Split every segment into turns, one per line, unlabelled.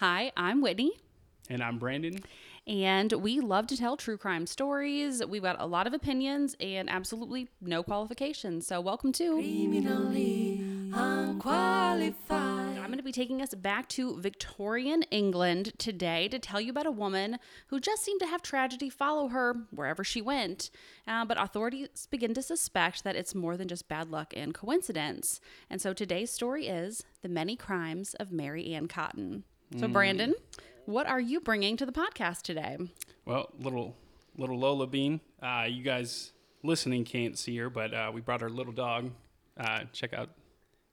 Hi, I'm Whitney,
And I'm Brandon.
and we love to tell true crime stories. We've got a lot of opinions and absolutely no qualifications. So, welcome to.
criminally unqualified.
I'm going to be taking us back to Victorian England today to tell you about a woman who just seemed to have tragedy follow her wherever she went. Uh, but authorities begin to suspect that it's more than just bad luck and coincidence. And so, today's story is The Many Crimes of Mary Ann Cotton. So, Brandon, what are you bringing to the podcast today?
Well, little little Lola Bean. Uh, you guys listening can't see her, but uh, we brought our little dog. Uh, check out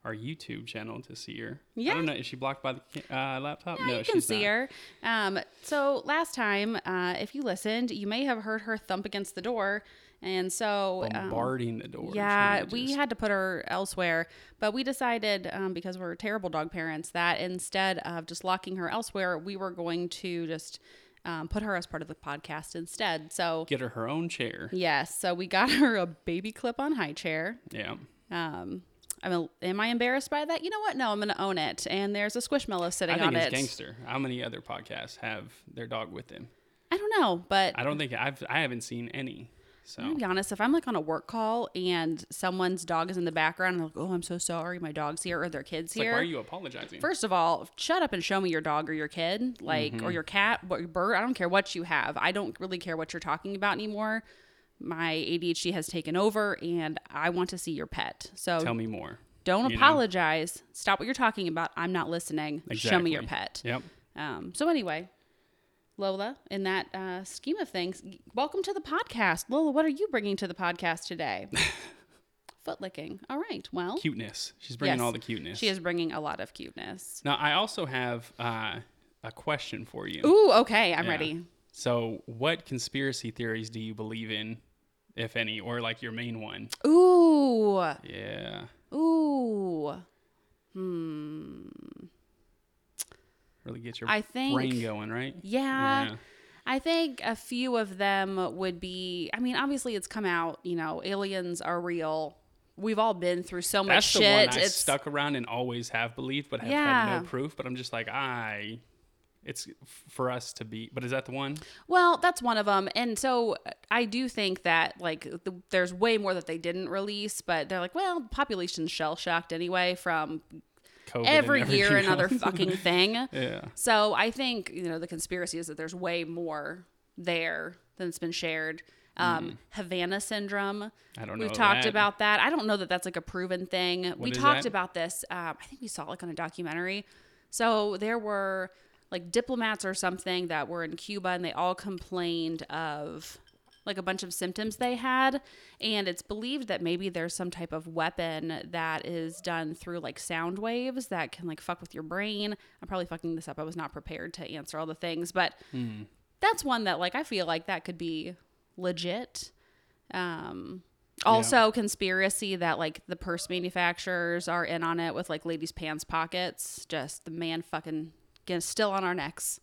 our YouTube channel to see her.
Yeah.
I don't know. Is she blocked by the ca- uh, laptop? No,
you can see her. Um, so last time, uh, if you listened, you may have heard her thump against the door, and so
Oh,
um,
Bombarding the door.
yeah,
trying to
we
just-
had to put her elsewhere, but we decided um, because we're terrible dog parents that instead of just locking her elsewhere, we were going to just um, put her as part of the podcast instead. So
get her her own chair.
yes, so we got her a baby clip on high chair.
Yeah.
Um, I'm a, am I embarrassed by that? You know what? No, I'm going to own it. And there's a squishmallow sitting
I think
on
it's
it.
gangster. How many other podcasts have their dog with them?
I don't know, but
I don't think I've I haven't seen any.
To
So
be honest, if I'm like on a work call and someone's dog is in the background, I'm like, oh, I'm so sorry, my dog's here or their kid's
it's like,
here.
why are you apologizing?
First of all, shut up and show me your dog or your kid, like
Mm-hmm.
or your cat, what your bird. I don't care what you have. I don't really care what you're talking about anymore. My ADHD has taken over, and I want to see your pet. So
Tell me more.
don't
you know?
apologize. Stop what you're talking about. I'm not listening. Show me your pet.
Exactly. Yep.
Um, so anyway, Lola, in that uh, scheme of things, welcome to the podcast. Lola, what are you bringing to the podcast today? Foot licking. All right. Well,
Cuteness. She's bringing
yes,
all the cuteness.
She is bringing a lot of cuteness.
Now, I also have uh, a question for you.
Ooh. Okay. I'm
Yeah.
ready.
So, what conspiracy theories do you believe in, if any, or like your main one?
Ooh.
Yeah,
Ooh. Hmm.
really get your
I think-
brain going, right?
Yeah. I think a few of them would be. I mean, obviously, it's come out. You know, aliens are real. We've all been through so much
That's the
shit.
one I
it's
stuck around and always have believed, but have had
Yeah.
no proof. But I'm just like, I, it's f- for us to be. But is that the one?
Well, that's one of them. And so uh, I do think that like the, there's way more that they didn't release, but they're like, well, population's shell shocked anyway from
COVID and
every year
everything
another
else.
fucking thing.
yeah.
So I think, you know, the conspiracy is that there's way more there than's been shared. Um, Havana syndrome.
I don't know
We've talked
that.
about that. I don't know that that's like a proven thing. we
is
talked
that?
about this. Um, I think we saw it like on a documentary. So there were like diplomats or something that were in Cuba and they all complained of like a bunch of symptoms they had. And it's believed that maybe there's some type of weapon that is done through like sound waves that can like fuck with your brain. I'm probably fucking this up. I was not prepared to answer all the things, but
Hmm.
that's one that like I feel like that could be legit. Um also conspiracy that like the purse manufacturers are in on it with like ladies pants pockets, just the man fucking get- still on our necks.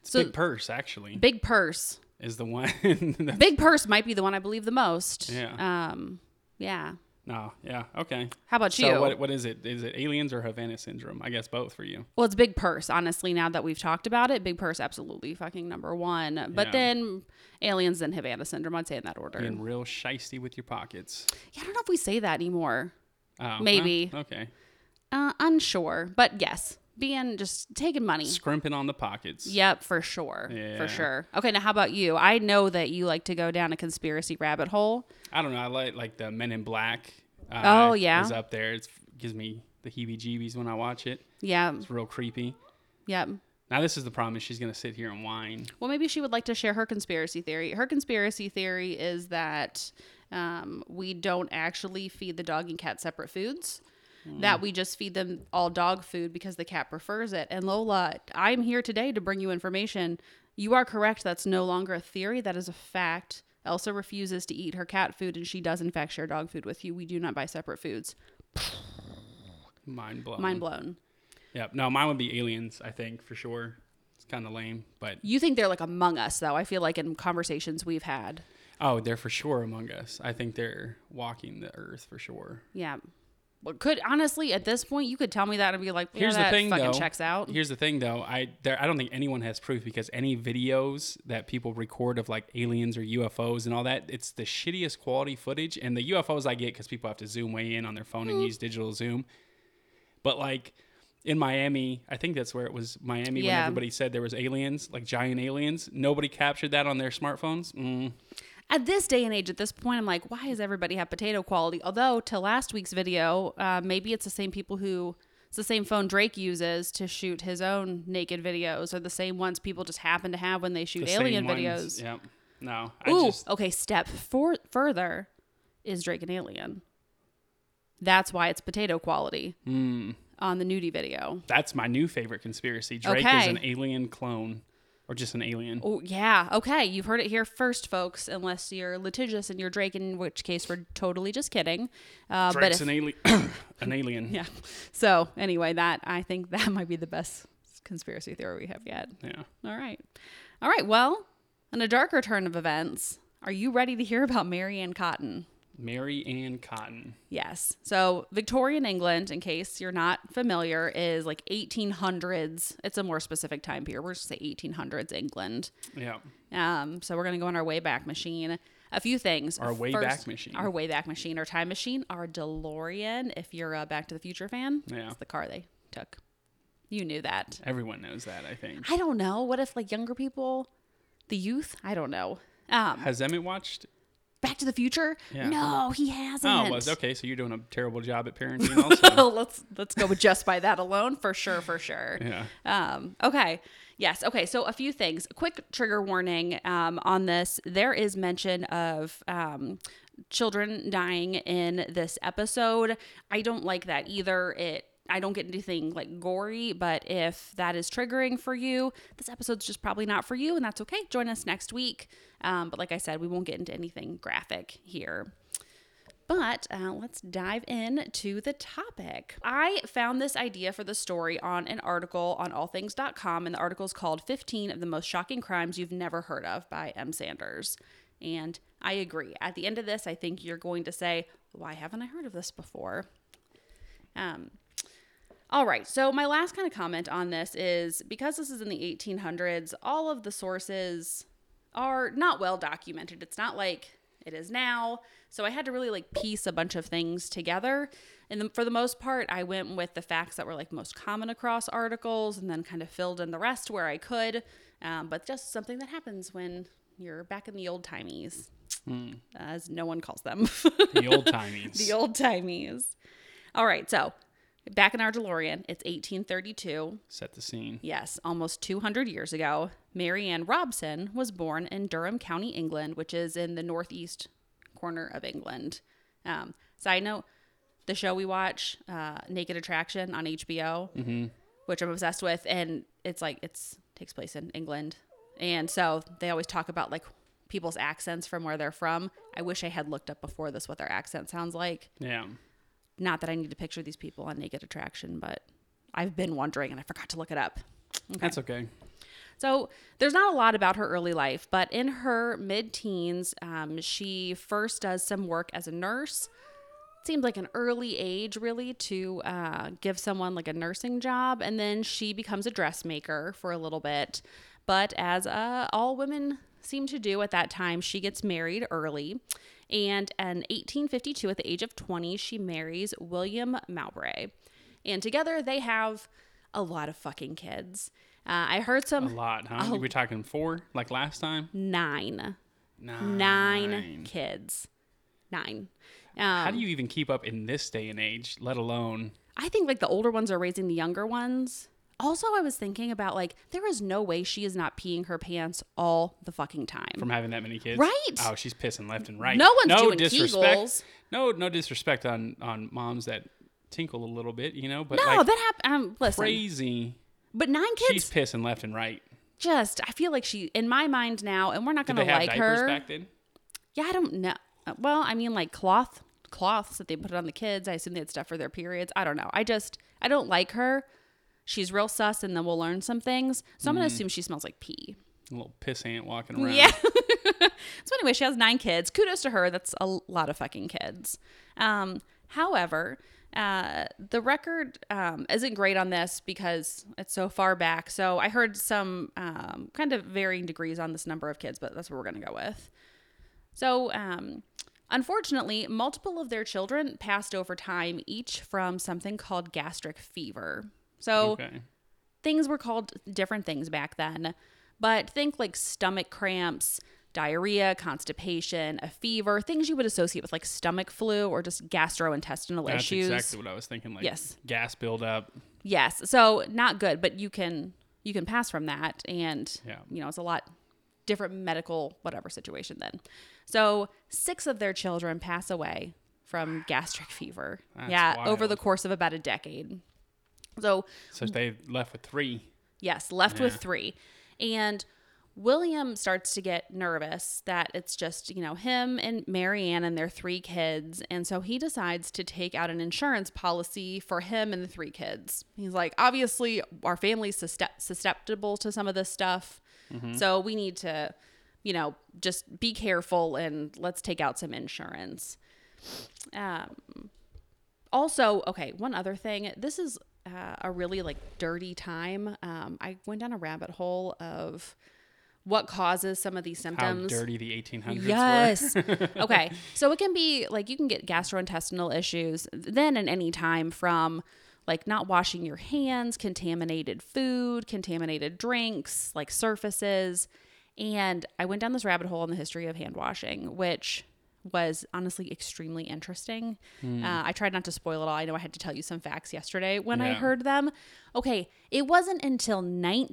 It's
So-
big purse actually
Big purse.
is the one. that-
Big purse might be the one I believe the most.
Yeah.
Um yeah.
no, yeah, okay.
How about you?
So what, what is it? Is it aliens or Havana syndrome? I guess both for you.
Well, it's Big Purse, honestly, now that we've talked about it. Big Purse, absolutely fucking number one. But
Yeah.
then Aliens, then Havana Syndrome. I'd say in that order.
Being real shisty with your pockets.
Yeah, I don't know if we say that anymore.
Oh, well,
Maybe.
okay.
Uh, unsure. But yes, being just taking money.
Scrimping on the pockets.
Yep, for sure.
Yeah.
For sure. Okay, now how about you? I know that you like to go down a conspiracy rabbit hole.
I don't know. I like like the Men in Black. Uh,
Oh, yeah.
Is up there. It gives me the heebie-jeebies when I watch it.
Yeah.
It's real creepy.
Yep.
Now this is the problem. Is she's gonna sit here and whine.
Well, maybe she would like to share her conspiracy theory. Her conspiracy theory is that um, we don't actually feed the dog and cat separate foods. That we just feed them all dog food because the cat prefers it. And Lola, I'm here today to bring you information. You are correct. That's no longer a theory. That is a fact. Elsa refuses to eat her cat food, and she does, in fact, share dog food with you. We do not buy separate foods.
Mind blown.
Mind blown.
Yep. No, mine would be aliens. I think for sure. It's kind of lame, but
You think they're like among us, though. I feel like in conversations we've had.
oh, they're for sure among us. I think they're walking the earth for sure.
Yeah. What could honestly at this point you could tell me that and be like, yeah,
Here's the
that
thing,
fucking
though.
checks out.
Here's the thing, though. I there, I don't think anyone has proof because any videos that people record of like aliens or UFOs and all that, it's the shittiest quality footage. And the UFOs I get because people have to zoom way in on their phone
Mm.
and use digital zoom. But like in Miami, I think that's where it was Miami when
Yeah.
everybody said there was aliens, like giant aliens. Nobody captured that on their smartphones. Mm.
at this day and age, at this point, I'm like, why does everybody have potato quality? Although, to last week's video, uh, maybe it's the same people who, it's the same phone Drake uses to shoot his own naked videos, or the same ones people just happen to have when they shoot
The
alien
same ones.
videos.
Yep. No. I
Ooh,
just
okay. Step for further is Drake an alien? That's why it's potato quality
Hmm.
on the nudie video.
that's my new favorite conspiracy. Drake is
Okay.
an alien clone. Or just an alien.
Oh yeah, okay. You've heard it here first, folks. Unless you're litigious and you're Drake, in which case we're totally just kidding. Uh, but if-
Drake's an alien. an alien.
yeah. So anyway, that I think that might be the best conspiracy theory we have yet.
Yeah.
All right. All right. Well, on a darker turn of events, are you ready to hear about Marianne Cotton?
Mary Ann Cotton.
Yes. So Victorian England, in case you're not familiar, is like 1800s. It's a more specific time period. We're just say 1800s England.
Yeah.
Um, so we're gonna go on our Wayback Machine. A few things.
Our Wayback Machine.
Our Wayback Machine, our time machine, our DeLorean. If you're a Back to the Future fan,
Yeah.
it's the car they took. You knew that.
Everyone knows that, I think.
I don't know. What if like younger people, the youth? I don't know. Um,
Has Emmett watched?
Back to the Future?
Yeah.
No, he hasn't.
Oh, it was. Okay, so you're doing a terrible job at parenting also.
let's let's go with just by that alone for sure, for sure.
yeah.
Um, okay. Yes. Okay. So a few things. Quick trigger warning um, on this. There is mention of um, children dying in this episode. I don't like that either. It. I don't get anything like gory, but if that is triggering for you, this episode's just probably not for you, and that's okay. Join us next week. Um, but like I said, we won't get into anything graphic here. But uh, let's dive in to the topic. I found this idea for the story on an article on allthings.com, and the article is called 15 of the Most Shocking Crimes You've Never Heard of by M. Sanders. And I agree. At the end of this, I think you're going to say, Why haven't I heard of this before? Um, all right. So my last kind of comment on this is because this is in the 1800s, all of the sources are not well documented. It's not like it is now. So I had to really like piece a bunch of things together. And then for the most part, I went with the facts that were like most common across articles and then kind of filled in the rest where I could. Um, but just something that happens when you're back in the old timies, as no one calls them.
The old timies.
The old timies. All right, so back in our DeLorean, it's 1832.
Set the scene.
Yes, almost 200 years ago, Mary Ann Robson was born in Durham County, England, which is in the northeast corner of England. Um, side note, the show we watch, uh, Naked Attraction on HBO, which I'm obsessed with, and it's like it's takes place in England, and so they always talk about like people's accents from where they're from. I wish I had looked up before this what their accent sounds like
Yeah.
not that I need to picture these people on Naked Attraction, but I've been wondering and I forgot to look it up.
That's okay.
So there's not a lot about her early life, but in her mid teens, um, she first does some work as a nurse. Seems like an early age, really, to uh, give someone like a nursing job. And then she becomes a dressmaker for a little bit. But as uh, all women seem to do at that time, she gets married early. And in 1852, at the age of 20, she marries William Mowbray. And together they have a lot of fucking kids. Uh, I heard some
A lot,
Oh.
huh? We're talking four, like last time?
nine.
Nine.
Nine kids. Nine. Um,
How do you even keep up in this day and age, let alone
I think like the older ones are raising the younger ones. Also, I was thinking about like there is no way she is not peeing her pants all the fucking time.
from having that many kids?
Right.
Oh, she's pissing left and right.
No one's doing
disrespect.
Kegels.
No, no disrespect on on moms that tinkle a little bit, you know, but
no,
like
that happened. Um, listen,
crazy.
but nine kids.
She's pissing left and right.
Just, I feel like she in my mind now, and we're not
Did
gonna
they have
like
diapers
her.
back then?
Yeah, I don't know. Uh, Well, I mean, like cloth cloths that they put on the kids. I assume they had stuff for their periods. I don't know. I just I don't like her. She's real sus, and then we'll learn some things. So I'm gonna assume she smells like pee.
A little piss ant walking around.
Yeah. so anyway, she has nine kids. Kudos to her. That's a lot of fucking kids. Um, however, Uh, the record um, isn't great on this because it's so far back. So I heard some um, kind of varying degrees on this number of kids, but that's what we're going to go with. So, um, unfortunately, multiple of their children passed over time, each from something called gastric fever. So,
Okay.
things were called different things back then, but think like stomach cramps, diarrhea, constipation, a fever, things you would associate with like stomach flu or just gastrointestinal
That's
issues.
exactly what I was thinking. Like
Yes.
gas buildup.
Yes. So not good, but you can you can pass from that and
Yeah.
you know, it's a lot different medical whatever situation then. So 6 of their children pass away from gastric fever.
That's
yeah, over
wild.
the course of about a decade. So
So they left with three.
Yes, left with
Yeah.
three. And William starts to get nervous that it's just, you know, him and Marianne and their three kids. And so he decides to take out an insurance policy for him and the three kids. He's like, obviously, our family's suscep- susceptible to some of this stuff. So we need to, you know, just be careful and let's take out some insurance. Um, also okay one other thing this is uh, a really like dirty time um, i went down a rabbit hole of what causes some of these
How
symptoms
dirty the 1800s were.
yes okay so it can be like you can get gastrointestinal issues then and any time from like not washing your hands contaminated food contaminated drinks like surfaces and i went down this rabbit hole in the history of hand washing which was honestly extremely interesting
Hmm.
uh, i tried not to spoil it all i know i had to tell you some facts yesterday when i
Yeah.
heard them okay it wasn't until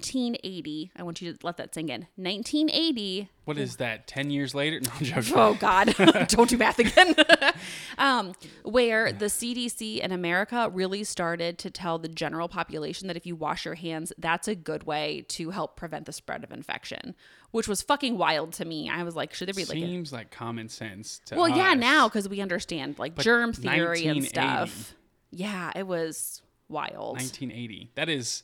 1980 i want you to let that sink in 1980
What is that? Ten years later? No, I'm joking.
Oh God! Don't do math again. um, where the CDC in America really started to tell the general population that if you wash your hands, that's a good way to help prevent the spread of infection, which was fucking wild to me. I was like, should there be like, a-
Seems like common sense. To
well, yeah,
us.
now because we understand like germ theory and
1980.
stuff. Yeah, it was wild.
1980. That is.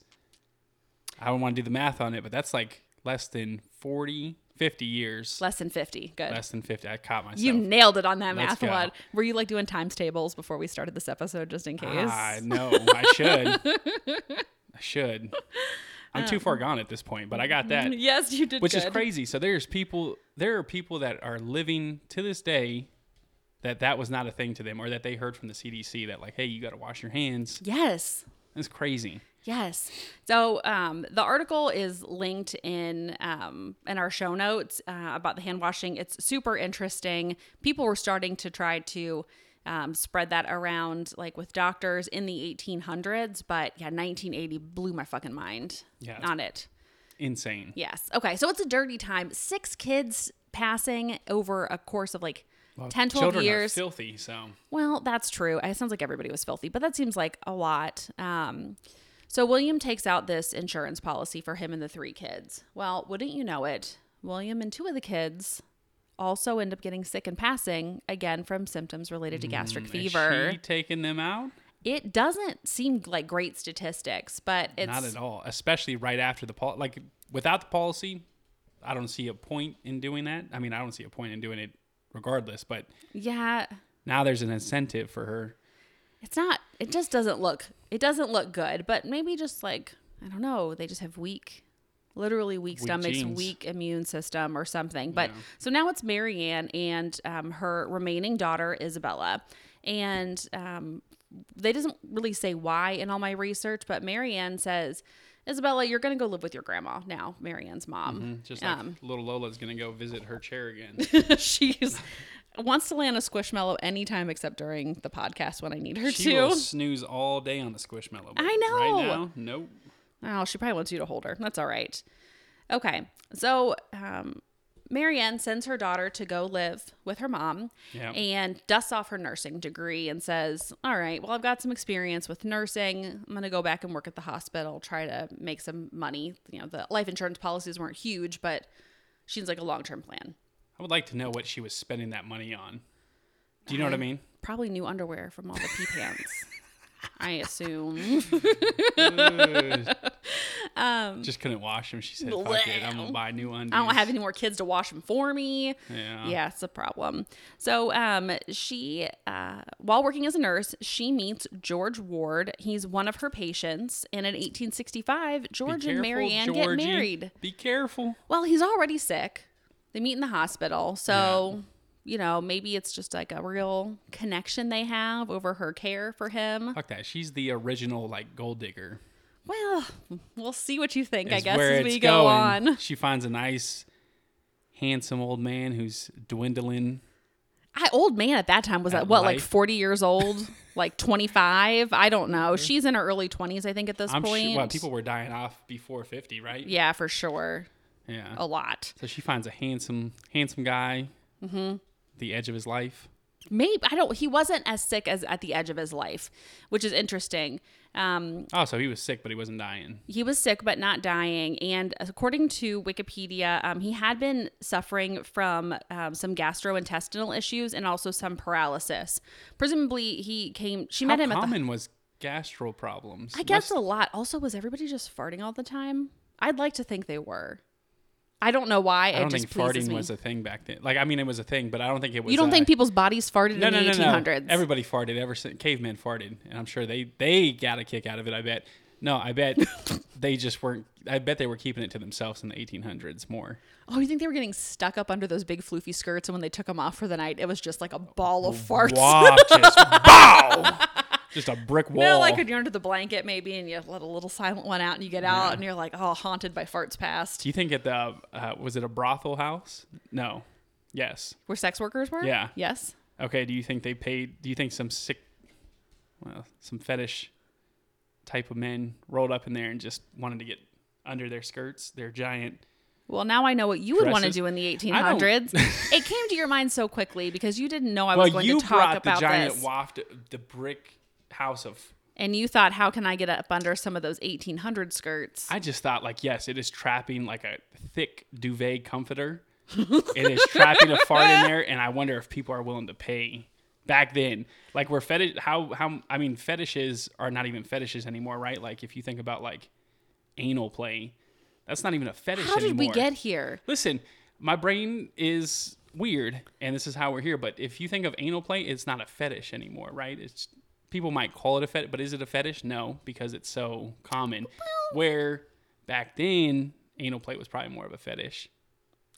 I don't want to do the math on it, but that's like less than 40, 50 years. Less,
Less than fifty. Good.
than 50. I caught myself.
you nailed it on that
Let's
math
go.
one. Were you like doing times tables before we started this episode, just in case?
I know. Ah, I should. I should. I'm too far gone at this point, but I got that.
yes, Um, you did.
which is
good.
crazy. So there's people, there are people that are living to this day that that was not a thing to them, or that they heard from the CDC that like, hey, you got to wash your hands.
Yes.
That's crazy.
Yes. So um, the article is linked in um, in our show notes uh, about the hand washing. It's super interesting. People were starting to try to um, spread that around, like with doctors in the 1800s. But yeah, 1980 blew my fucking mind
Yeah.
on it.
Insane.
Yes. Okay. So it's a dirty time. Six kids passing over a course of like
Well,
10, 12
children
years.
Are filthy. So
Well, that's true. It sounds like everybody was filthy, but that seems like a lot. Um, so William takes out this insurance policy for him and the three kids. Well, wouldn't you know it, William and two of the kids also end up getting sick and passing again from symptoms related to
Mm,
gastric fever.
Is she taking them out?
It doesn't seem like great statistics, but it's
not at all. Especially right after the pol. Like without the policy, I don't see a point in doing that. I mean, I don't see a point in doing it regardless. But
yeah,
now there's an incentive for her.
it's not it just doesn't look it doesn't look good but maybe just like i don't know they just have weak literally weak, stomachs
genes.
weak immune system or something but so now it's marianne and um, her remaining daughter isabella and um, they doesn't really say why in all my research but marianne says isabella you're going to go live with your grandma now marianne's mom
Just like
Um.
little Lola's gonna go visit her chair again.
she's wants to land a squishmallow anytime except during the podcast when i need her
She
to
will snooze all day on the squishmallow. but
I know.
Right now, nope.
Oh, she probably wants you to hold her. That's all right. Okay. So, um, Marianne sends her daughter to go live with her mom
Yeah.
and dusts off her nursing degree and says, All right, well, I've got some experience with nursing. I'm going to go back and work at the hospital, try to make some money. You know, the life insurance policies weren't huge, but she's like a long term plan.
I would like to know what she was spending that money on. Do you know what I mean?
Probably new underwear from all the pee pants, I assume.
Ugh.
Um,
Just couldn't wash them. She said, "Fuck it, I'm gonna buy new undies."
I don't have any more kids to wash them for me.
Yeah.
Yeah, it's a problem. So, um, she, uh, while working as a nurse, she meets George Ward. He's one of her patients. And in 1865,
Be
George and
careful,
Marianne get
Georgie.
married.
Be careful.
Well, he's already sick. They meet in the hospital. So, you know, maybe it's just like a real connection they have over her care for him.
Fuck that. She's the original like gold digger.
Well, we'll see what you think, I
is
guess,
where
as we
it's
go
going.
on.
She finds a nice, handsome old man who's dwindling.
I old man at that time was
At
at what like
life.
40 years old, like 25, I don't know. She's in her early 20s I think at this
I'm
point.
sure well, people were dying off before 50, right?
yeah, for sure.
Yeah.
A lot.
So she finds a handsome, handsome guy. Mm-hmm. The edge of his life.
Maybe I don't he wasn't as sick as at the edge of his life, which is interesting. Um
Oh, so he was sick, but he wasn't dying.
he was sick but not dying and according to wikipedia um, he had been suffering from um, some gastrointestinal issues and also some paralysis presumably he came she met
How
him at the
common was gastro problems?
i guess
Must-
a lot also was everybody just farting all the time i'd like to think they were i don't know why
I don't
it just
think farting
pleases me.
was a thing back then. Like, I mean, it was a thing, but I don't think it was.
you don't
uh,
think people's bodies farted
No,
in
no,
the
no,
1800s
no. Everybody farted ever since cavemen farted, and I'm sure they they got a kick out of it. I bet. No, I bet they just weren't. I bet they were keeping it to themselves in the 1800s more.
oh you think they were getting stuck up under those big floofy skirts and when they took them off for the night it was just like a ball of farts
Wow, just bow, just a brick wall.
No, like when you're under the blanket maybe, and you let a little silent one out, and you get out, and you're like, oh, haunted by farts past.
Do you think at the uh, was it a brothel house? No. Yes.
Where sex workers were?
Yeah.
Yes.
Okay. Do you think they paid? Do you think some sick, well, some fetish type of men rolled up in there and just wanted to get under their skirts, their giant
Well, now I know what you would want to
Dresses?
do in the
I don't-
1800s. it came to your mind so quickly because you didn't know I was
well,
going
you
to
brought
talk about
the giant
this,
waft, the brick house of.
and you thought, how can I get up under some of those 1800 skirts?
I just thought, like, yes, it is trapping like a thick duvet comforter. it is trapping a fart in there, and I wonder if people are willing to pay back then. Like, we're fetish. How how I mean, fetishes are not even fetishes anymore, right? Like, if you think about like anal play, that's not even a fetish
how did
anymore.
we get here?
Listen, my brain is weird, and this is how we're here. But if you think of anal play, it's not a fetish anymore, right? It's people might call it a fetish, but is it a fetish? No, because it's so common. Where back then, anal play was probably more of a fetish.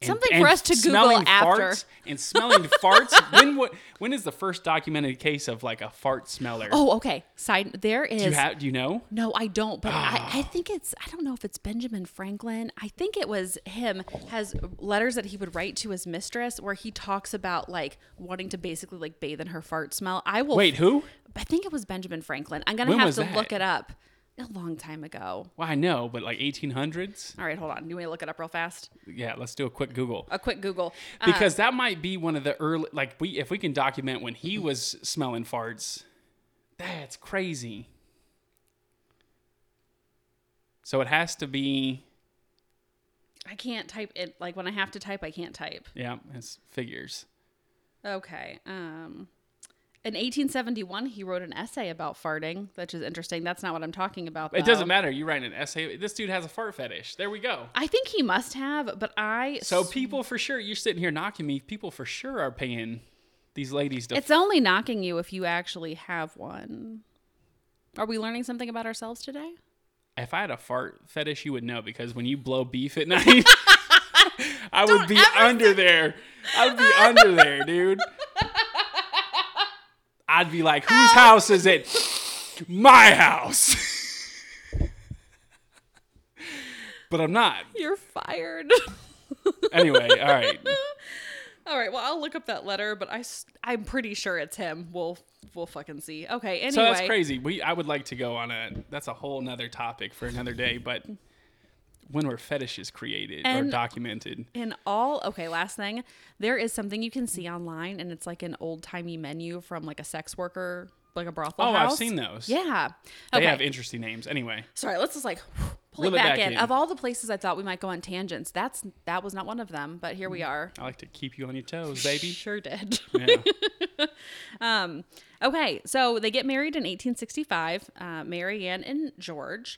And-
Something
and
for us to Google
smelling
after.
farts and smelling farts. When what? When is the first documented case of like a fart smeller?
Oh, okay. Side there is.
do you have? Ah. Do you know?
No, I don't. But I, I think it's I don't know if it's Benjamin Franklin. I think it was him has letters that he would write to his mistress where he talks about like wanting to basically like bathe in her fart smell. I will
Wait, who?
I think it was Benjamin Franklin. I'm gonna
When
have
was
to
that?
look it up. A long time ago.
Well, I know, but like 1800s.
All right, hold on. Do you want me to look it up real fast?
Yeah, let's do a quick Google.
A quick Google. Uh,
because that might be one of the early like we if we can document when he was smelling farts that's crazy so it has to be
I can't type it. Like when I have to type, I can't type.
yeah it's figures
Okay. Um, in 1871, he wrote an essay about farting, which is interesting. That's not what I'm talking about. Though.
it doesn't matter you write an essay this dude has a fart fetish there we go
I think he must have, but I.
so people for sure you're sitting here knocking me people for sure are paying these ladies to
it's only knocking you if you actually have one. Are we learning something about ourselves today?
if i had a fart fetish you would know because when you blow beef at night i would be under there i'd be under there dude i'd be like whose house is it my house but i'm not
You're fired.
anyway all right
All right. Well, I'll look up that letter, but I s- I'm pretty sure it's him. We'll we'll fucking see. Okay. Anyway.
so that's crazy we i would like to go on a that's a whole nother topic for another day but when were fetishes created or
And-
documented
In all, okay, last thing, there is something you can see online, and it's like an old timey menu from like a sex worker, like a brothel.
oh
house.
i've seen those
Yeah.
they
Okay.
have interesting names anyway
Sorry, let's just like pull
Reel
it
it
back,
back
in.
in.
Of all the places I thought we might go on tangents, that's that was not one of them, but here we are.
I like to keep you on your toes, baby.
Sure did.
Yeah.
Okay, so they get married in 1865, uh, Marianne and George.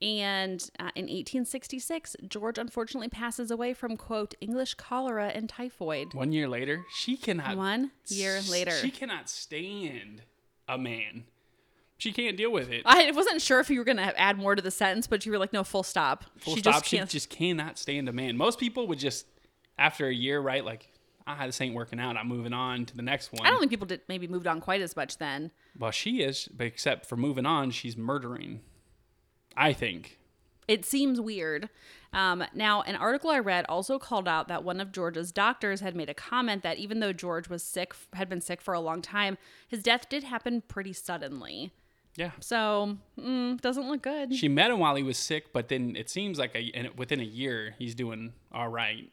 And uh, in 1866, George unfortunately passes away from, quote, English cholera and typhoid.
One year later, she cannot.
One year
s-
later.
She cannot stand a man. She can't deal with it.
I wasn't sure if you were going to add more to the sentence, but you were like, no, full stop.
Full stop. she just cannot stand a man. Most people would just, after a year, right? Like, ah, this ain't working out. I'm moving on to the next one.
I don't think people did maybe moved on quite as much then.
well, she is, but except for moving on, she's murdering. I think.
It seems weird. Um, now, an article I read also called out that one of George's doctors had made a comment that even though George was sick, had been sick for a long time, his death did happen pretty suddenly.
Yeah.
So, mm, doesn't look good.
She met him while he was sick, but then it seems like a, and within a year, he's doing all right.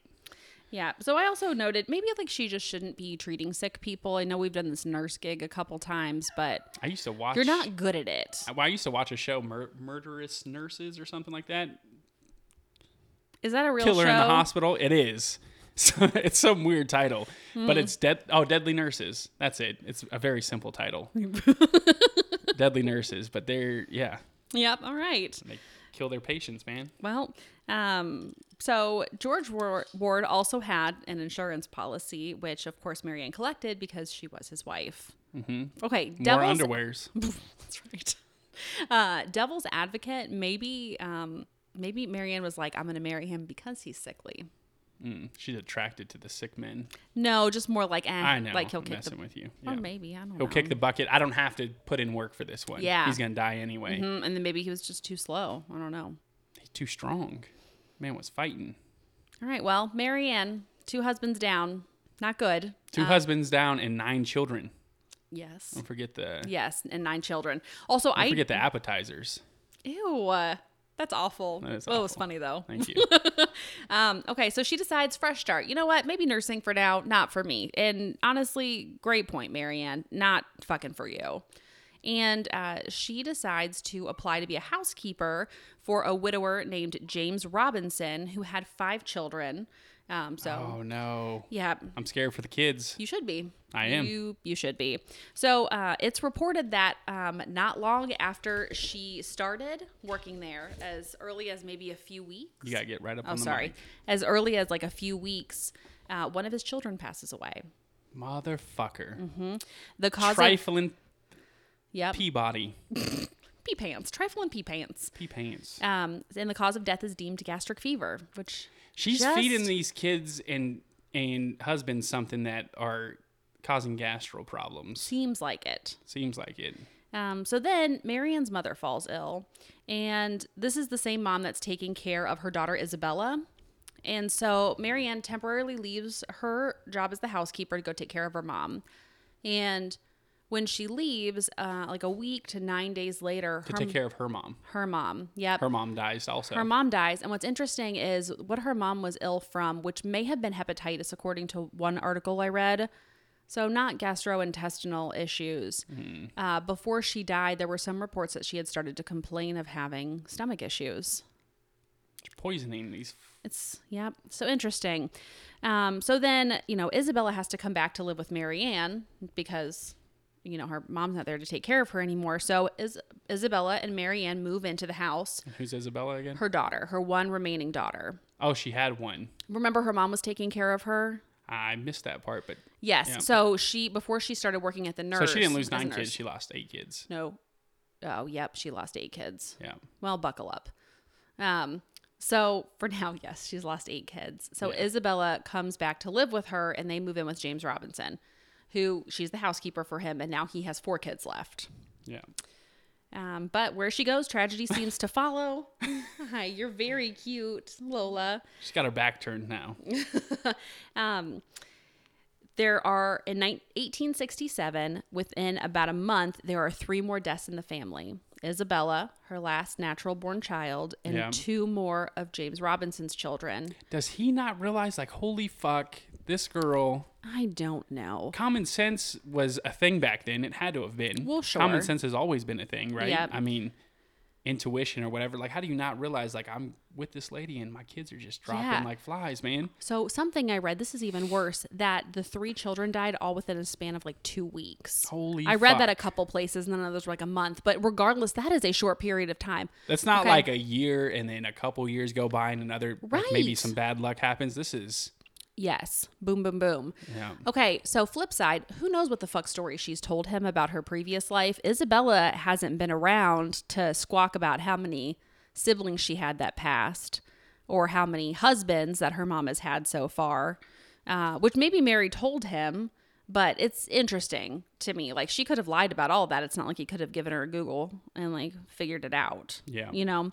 Yeah. So I also noted maybe like she just shouldn't be treating sick people. I know we've done this nurse gig a couple times, but
I used to watch.
you're not good at it.
Well, I used to watch a show, Mur- Murderous Nurses or something like that.
Is that a real
Killer
show?
in the Hospital. It is. So it's some weird title, but
Hmm.
it's dead. Oh, Deadly Nurses. That's it. It's a very simple title. Deadly Nurses, but they're yeah,
Yep. All right.
they kill their patients, man.
Well, um, so George War- Ward also had an insurance policy, which of course Marianne collected because she was his wife. Mm-hmm. Okay, devil's
More underwears.
that's right. Uh, devil's advocate. Maybe, um, maybe Marianne was like, "I'm going to marry him because he's sickly."
Mm, she's attracted to the sick men.
No, just more like, eh,
I know.
like he'll
I'm
kick the
messing with you.
or
Yeah.
maybe I don't know.
He'll kick the bucket. I don't have to put in work for this one.
Yeah.
he's gonna die anyway.
Mm, and then maybe he was just too slow. I don't know.
He's too strong. Man was fighting.
All right. Well, Marianne, two husbands down. Not good.
Two husbands down and nine children.
Yes.
Don't forget the
Yes, and nine children. Also,
don't
I
forget the appetizers.
ew, uh, that's awful.
That is
Well, it was
awful.
funny though.
Thank you.
Um, okay, so she decides fresh start. You know what? Maybe nursing for now, not for me. And honestly, great point, Marianne. Not fucking for you. And uh, she decides to apply to be a housekeeper for a widower named James Robinson, who had five children. Um, so
oh no.
yeah,
I'm scared for the kids.
You should be.
I am.
You you should be. So uh, it's reported that um, not long after she started working there, as early as maybe a few weeks.
You gotta get right up
oh,
on the
sorry.
mic.
As early as like a few weeks, uh, one of his children passes away.
Motherfucker.
Mm-hmm. The cause of
Trifling
yep
Peabody.
pee pants, trifling pee pants.
Pea pants.
Um, and the cause of death is deemed gastric fever, which
She's
just-
feeding these kids and and husbands something that are causing gastro problems.
seems like it.
Seems like it.
Um, so then Marianne's mother falls ill, and this is the same mom that's taking care of her daughter Isabella. And so Marianne temporarily leaves her job as the housekeeper to go take care of her mom. And when she leaves, uh, like a week to nine days later,
To
her,
take care of her mom.
her mom, yep,
Her mom dies also.
her mom dies. And what's interesting is what her mom was ill from, which may have been hepatitis, according to one article I read. So, not gastrointestinal issues. Uh, before she died, there were some reports that she had started to complain of having stomach issues.
She's poisoning these
It's, yeah, so interesting. Um, so then, you know, Isabella has to come back to live with Marianne because, you know, her mom's not there to take care of her anymore. So, is, Isabella and Marianne move into the house.
Who's Isabella again?
Her daughter, her one remaining daughter.
oh, she had one.
Remember her mom was taking care of her?
I missed that part, but
Yes.
Yeah.
So she before she started working at the nurse.
so she didn't lose
as a
nine
nurse-
kids. She lost eight kids.
No. Oh, yep, she lost 8 kids.
Yeah.
Well, buckle up. Um so for now, yes, she's lost 8 kids. So Isabella comes back to live with her and they move in with James Robinson, who she's the housekeeper for him and now he has 4 kids left.
Yeah.
Um, but where she goes, tragedy seems to follow. Hi, you're very cute, Lola.
She's got her back turned now.
Um, there are in nine- 1867, within about a month, there are three more deaths in the family Isabella, her last natural born child, and
Yeah.
two more of James Robinson's children.
Does he not realize, like, holy fuck, this girl?
I don't know.
Common sense was a thing back then. It had to have been.
Well, sure.
Common sense has always been a thing, right?
Yep.
I mean, intuition or whatever. Like, how do you not realize like I'm with this lady and my kids are just dropping
Yeah.
like flies, man?
So something I read, this is even worse, that the three children died all within a span of like two weeks.
Holy
I read that a
fuck.
couple places, and then others were like a month. But regardless, that is a short period of time.
That's not
Okay.
like a year and then a couple years go by and another like maybe
Right.
some bad luck happens. This is
Yes. Boom, boom, boom.
yeah.
Okay, so flip side, who knows what the fuck story she's told him about her previous life? Isabella hasn't been around to squawk about how many siblings she had that passed or how many husbands that her mom has had so far, uh, which maybe Mary told him, but it's interesting to me. Like, she could have lied about all that. It's not like he could have given her a Google and like figured it out.
Yeah.
You know?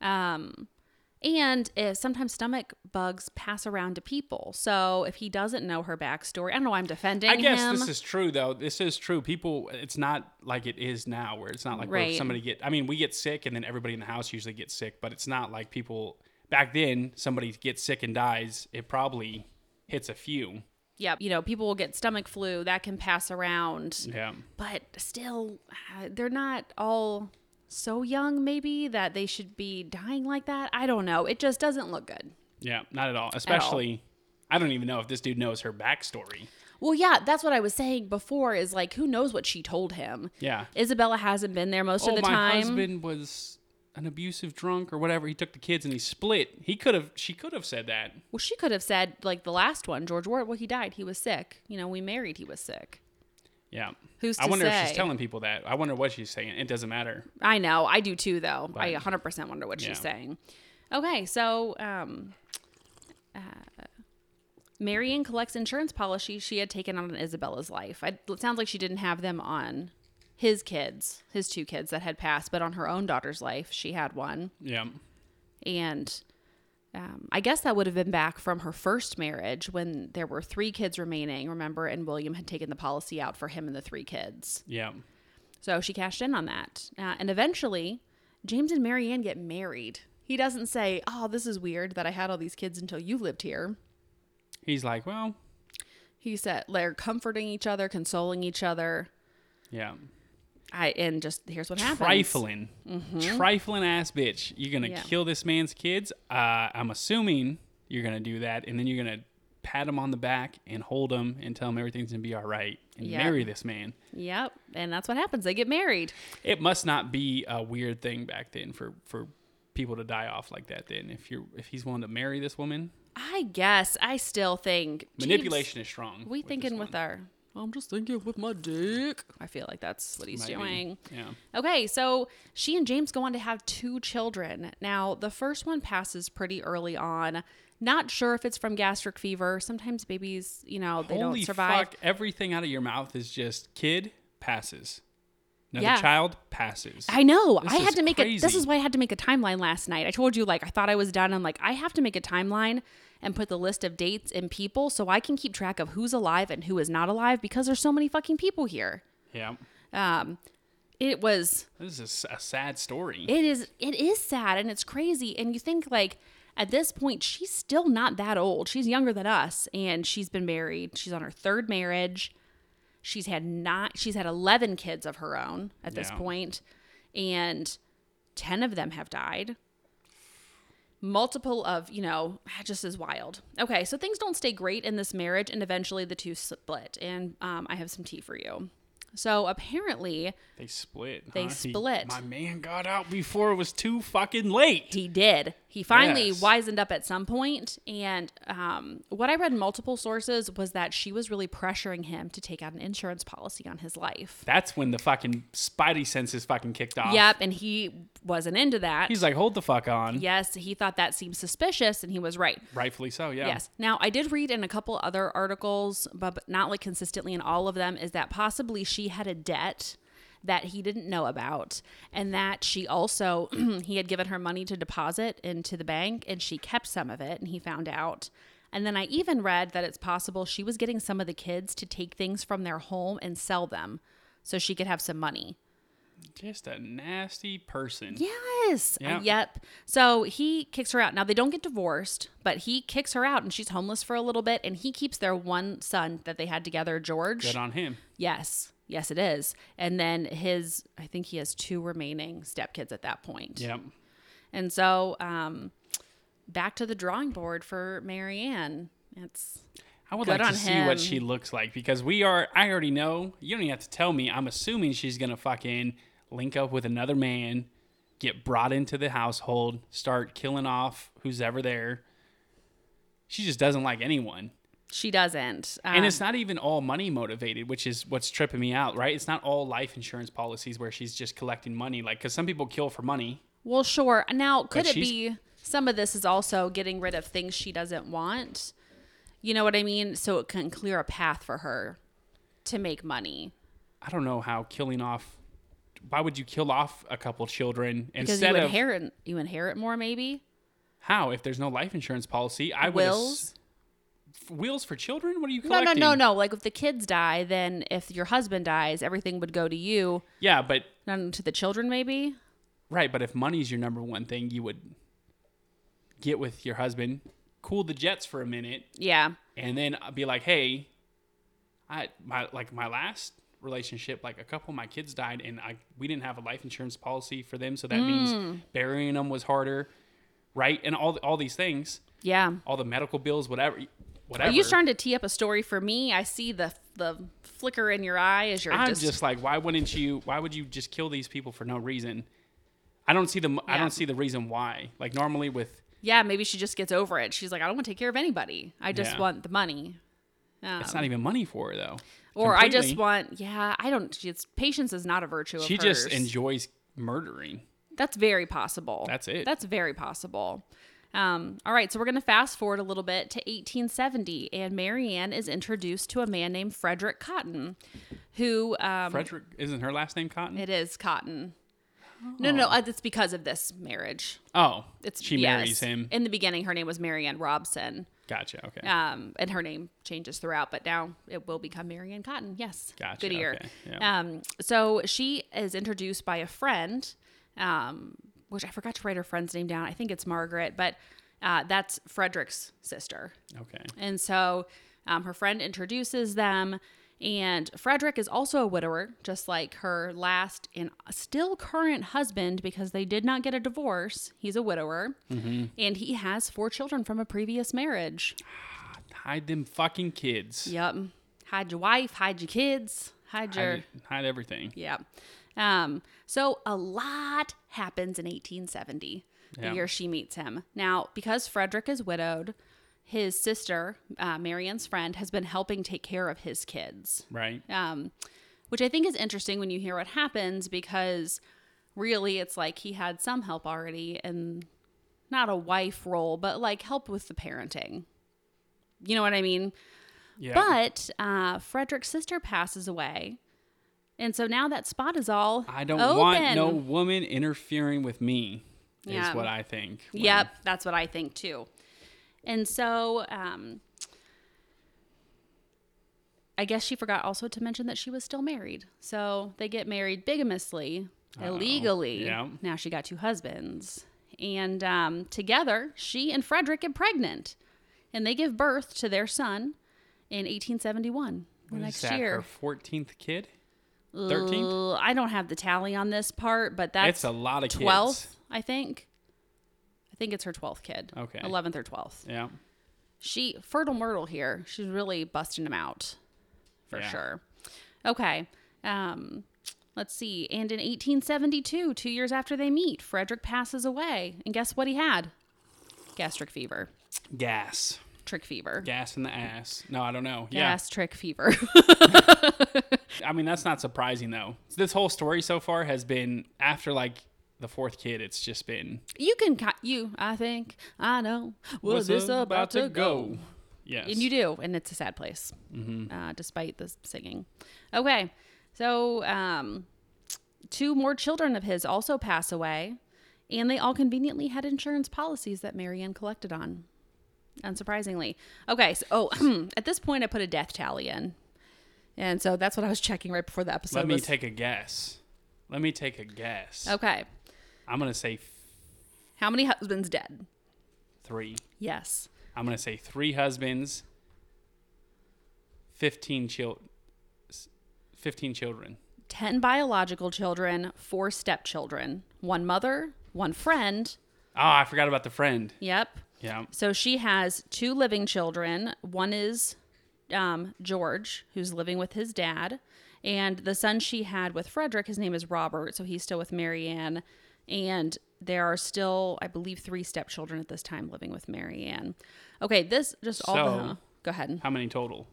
Um, and uh, sometimes stomach bugs pass around to people. So if he doesn't know her backstory, I don't know why I'm defending
I guess
him.
this is true though. This is true. People, it's not like it is now where it's not like where
Right.
somebody get. I mean, we get sick and then everybody in the house usually gets sick, but it's not like people back then. Somebody gets sick and dies. It probably hits a few.
yep. You know, people will get stomach flu that can pass around,
Yeah.
but still, uh, they're not all so young, maybe that they should be dying like that. I don't know. It just doesn't look good.
Yeah. Not at all. Especially, I don't even know if this dude knows her backstory.
Well, yeah, that's what I was saying before is like, who knows what she told him?
Yeah.
Isabella hasn't been there most
oh,
of the
my
time.
husband was an abusive drunk or whatever. He took the kids and he split. He could have. She could have said that.
Well, she could have said, like the last one, George Ward, well, he died. He was sick. You know, we married. He was sick.
Yeah.
Who's
I
to
wonder if
say?
she's telling people that. I wonder what she's saying. It doesn't matter.
I know. I do too, though. I
But-
100% wonder what
Yeah.
she's saying. Okay, so um, uh, Marion collects insurance policies she had taken on Isabella's life. I, it sounds like she didn't have them on his kids, his two kids that had passed, but on her own daughter's life, she had one.
Yeah.
And um, I guess that would have been back from her first marriage when there were three kids remaining, remember? And William had taken the policy out for him and the three kids.
Yeah.
So she cashed in on that. Uh, and eventually, James and Marianne get married. He doesn't say, Oh, this is weird that I had all these kids until you lived here.
He's like, well,
He said they're comforting each other, consoling each other.
yeah.
I and just here's what happens. Mm-hmm.
Trifling. Trifling ass bitch. You're going to
Yeah.
kill this man's kids. Uh, I'm assuming you're going to do that. And then you're going to pat him on the back and hold him and tell him everything's going to be all right and
Yeah.
marry this man.
Yep. And that's what happens. They get married.
It must not be a weird thing back then for, for people to die off like that then if you're if he's willing to marry this woman
I guess I still think James,
manipulation is strong
we
this
thinking
one.
with our I'm just thinking with my dick. I feel like that's what he's
Maybe.
doing.
yeah
Okay, so she and James go on to have two children. Now, the first one passes pretty early on. Not sure if it's from gastric fever. Sometimes babies, you know, they
Holy
don't survive.
fuck! Everything out of your mouth is just kid passes. Another
Yeah.
child passes.
I know.
This
I had
is
to make a this
crazy.
is why I had to make a timeline last night. I told you like I thought I was done. I'm like I have to make a timeline and put the list of dates and people so I can keep track of who's alive and who is not alive because there's so many fucking people here.
yeah,
Um it was
this is a s- a, sad story.
it is it is sad and it's crazy and you think like at this point she's still not that old she's younger than us and she's been married she's on her third marriage she's had not she's had 11 kids of her own at this
Yeah.
point and 10 of them have died multiple of you know just as wild okay so things don't stay great in this marriage and eventually the two split and um, i have some tea for you so apparently
they split.
They
huh? He-
split.
my man got out before it was too fucking late.
He did. He finally
Yes.
wisened up at some point, and um, what I read in multiple sources was that she was really pressuring him to take out an insurance policy on his life.
That's when the fucking spidey senses fucking kicked off.
Yep, and he wasn't into that.
He's like, hold the fuck on.
yes, he thought that seemed suspicious, and he was right.
Rightfully so. Yeah.
Yes. Now, I did read in a couple other articles, but but not like consistently in all of them, is that possibly she had a debt that he didn't know about and that she also he had given her money to deposit into the bank and she kept some of it and he found out. And then I even read that it's possible she was getting some of the kids to take things from their home and sell them so she could have some money.
Just a nasty person.
Yes. Uh,
Yeah.
Yep. So he kicks her out. Now they don't get divorced, but he kicks her out and she's homeless for a little bit and he keeps their one son that they had together, George.
Good on him.
Yes. Yes, it is. And then his, I think he has two remaining stepkids at that point.
Yep.
And so, um, back to the drawing board for Marianne. It's
I would
Good
like
on
to see what
him.
she looks like because we are. I already know. You don't even have to tell me. I'm assuming she's gonna fucking link up with another man, get brought into the household, start killing off who's ever there. She just doesn't like anyone,
she doesn't. Um,
and it's not even all money motivated, which is what's tripping me out. Right? It's not all life insurance policies where she's just collecting money, like because some people kill for money.
well, sure. Now, could
But
it
she's-
be some of this is also getting rid of things she doesn't want? You know what I mean? So it can clear a path for her to make money.
I don't know how killing off. Why would you kill off a couple children
Because
instead
you
of
inherit, you inherit more, maybe.
How? If there's no life insurance policy, I would.
Wills.
ass- f- wills for children? What are you
No, no,
collecting?
no, no. Like if the kids die, then if your husband dies, everything would go to you,
Yeah, but
not to the children, maybe.
right. But if money's your number one thing, you would get with your husband, cool the jets for a minute,
Yeah.
and then be like, "Hey, I my like my last relationship, like a couple of my kids died, and I we didn't have a life insurance policy for them, so that
Mm.
means burying them was harder, right? And all all these things,
Yeah.
all the medical bills, whatever, whatever.
Are you starting to tee up a story for me? I see the the flicker in your eye as you're
I'm
just,
just, like, why wouldn't you? Why would you just kill these people for no reason? I don't see the I
Yeah.
don't see the reason why. Like normally with
yeah. Maybe she just gets over it. She's like, I don't want to take care of anybody. I just
Yeah.
want the money. Um,
it's not even money for her though.
or I just
Completely.
want, yeah, I don't. She's, patience is not a virtue.
She
of
just
hers.
enjoys murdering.
That's very possible.
That's it.
That's very possible. Um, all right, so we're going to fast forward a little bit to 1870, and Marianne is introduced to a man named Frederick Cotton, who um,
Frederick isn't her last name Cotton.
it is Cotton. No, no, no, uh, it's because of this marriage.
oh,
It's
she
yes.
marries him.
In the beginning, her name was Marianne Robson,
Gotcha. Okay.
um, and her name changes throughout, but now it will become Marianne Cotton. Yes,
Gotcha,
good ear.
okay, yeah.
Um, so she is introduced by a friend, um, which I forgot to write her friend's name down. I think it's Margaret, but uh, that's Frederick's sister.
Okay.
And so um, her friend introduces them. And Frederick is also a widower, just like her last and still current husband, because they did not get a divorce. He's a widower.
Mm-hmm.
And he has four children from a previous marriage.
Hide them fucking kids.
Yep. Hide your wife, hide your kids, hide
Hide,
your.
it- hide everything.
Yeah. Um, so a lot happens in 1870,
Yeah.
the year she meets him. Now, because Frederick is widowed, his sister, uh, Marianne's friend, has been helping take care of his kids,
Right.
um, which I think is interesting when you hear what happens because really it's like he had some help already and not a wife role, but like help with the parenting. You know what I mean?
Yeah.
But uh, Frederick's sister passes away. And so now that spot is all
I don't
open.
want no woman interfering with me. Is
Yeah.
what I think. when-
Yep, that's what I think too. And so um, I guess she forgot also to mention that she was still married. So they get married bigamously, illegally.
yeah.
Now she got two husbands. And um, together, she and Frederick get pregnant. And they give birth to their son in 1871, the
What is
next
that,
year.
Her fourteenth kid. Thirteenth.
Uh, I don't have the tally on this part, but that's
It's a lot of kids.
twelfth, I think. I think it's her twelfth kid.
Okay.
eleventh or twelfth.
Yeah.
She fertile myrtle here. She's really busting him out, for
Yeah.
sure. Okay. Um, let's see. And in 1872, two years after they meet, Frederick passes away, and guess what he had? Gastric fever,
Gas.
trick fever,
Gas in the ass. No, I don't know.
gas trick fever.
Yeah. I mean, that's not surprising though. This whole story so far has been after like the fourth kid, it's just been
you can, ca- you. I think I know. Was
"What's
this about, to go?
Yes.
And you do, and it's a sad place,
Mm-hmm.
uh, despite the singing. Okay, so um, two more children of his also pass away, and they all conveniently had insurance policies that Marianne collected on, unsurprisingly. Okay, so oh, at this point, I put a death tally in, and so that's what I was checking right before the episode.
Let me
was-
take a guess. Let me take a guess.
Okay,
I'm gonna say
how many husbands dead?
three.
Yes,
I'm gonna say three husbands. Fifteen children. 15 children.
10 biological children, four stepchildren, one mother, one friend.
Oh, I forgot about the friend.
Yep.
Yeah.
So she has two living children. One is um, George, who's living with his dad, and the son she had with Frederick, his name is Robert. So he's still with Marianne. And there are still, I believe, three stepchildren at this time living with Marianne. Okay, this just all the.
So-
huh? Go ahead.
How many total?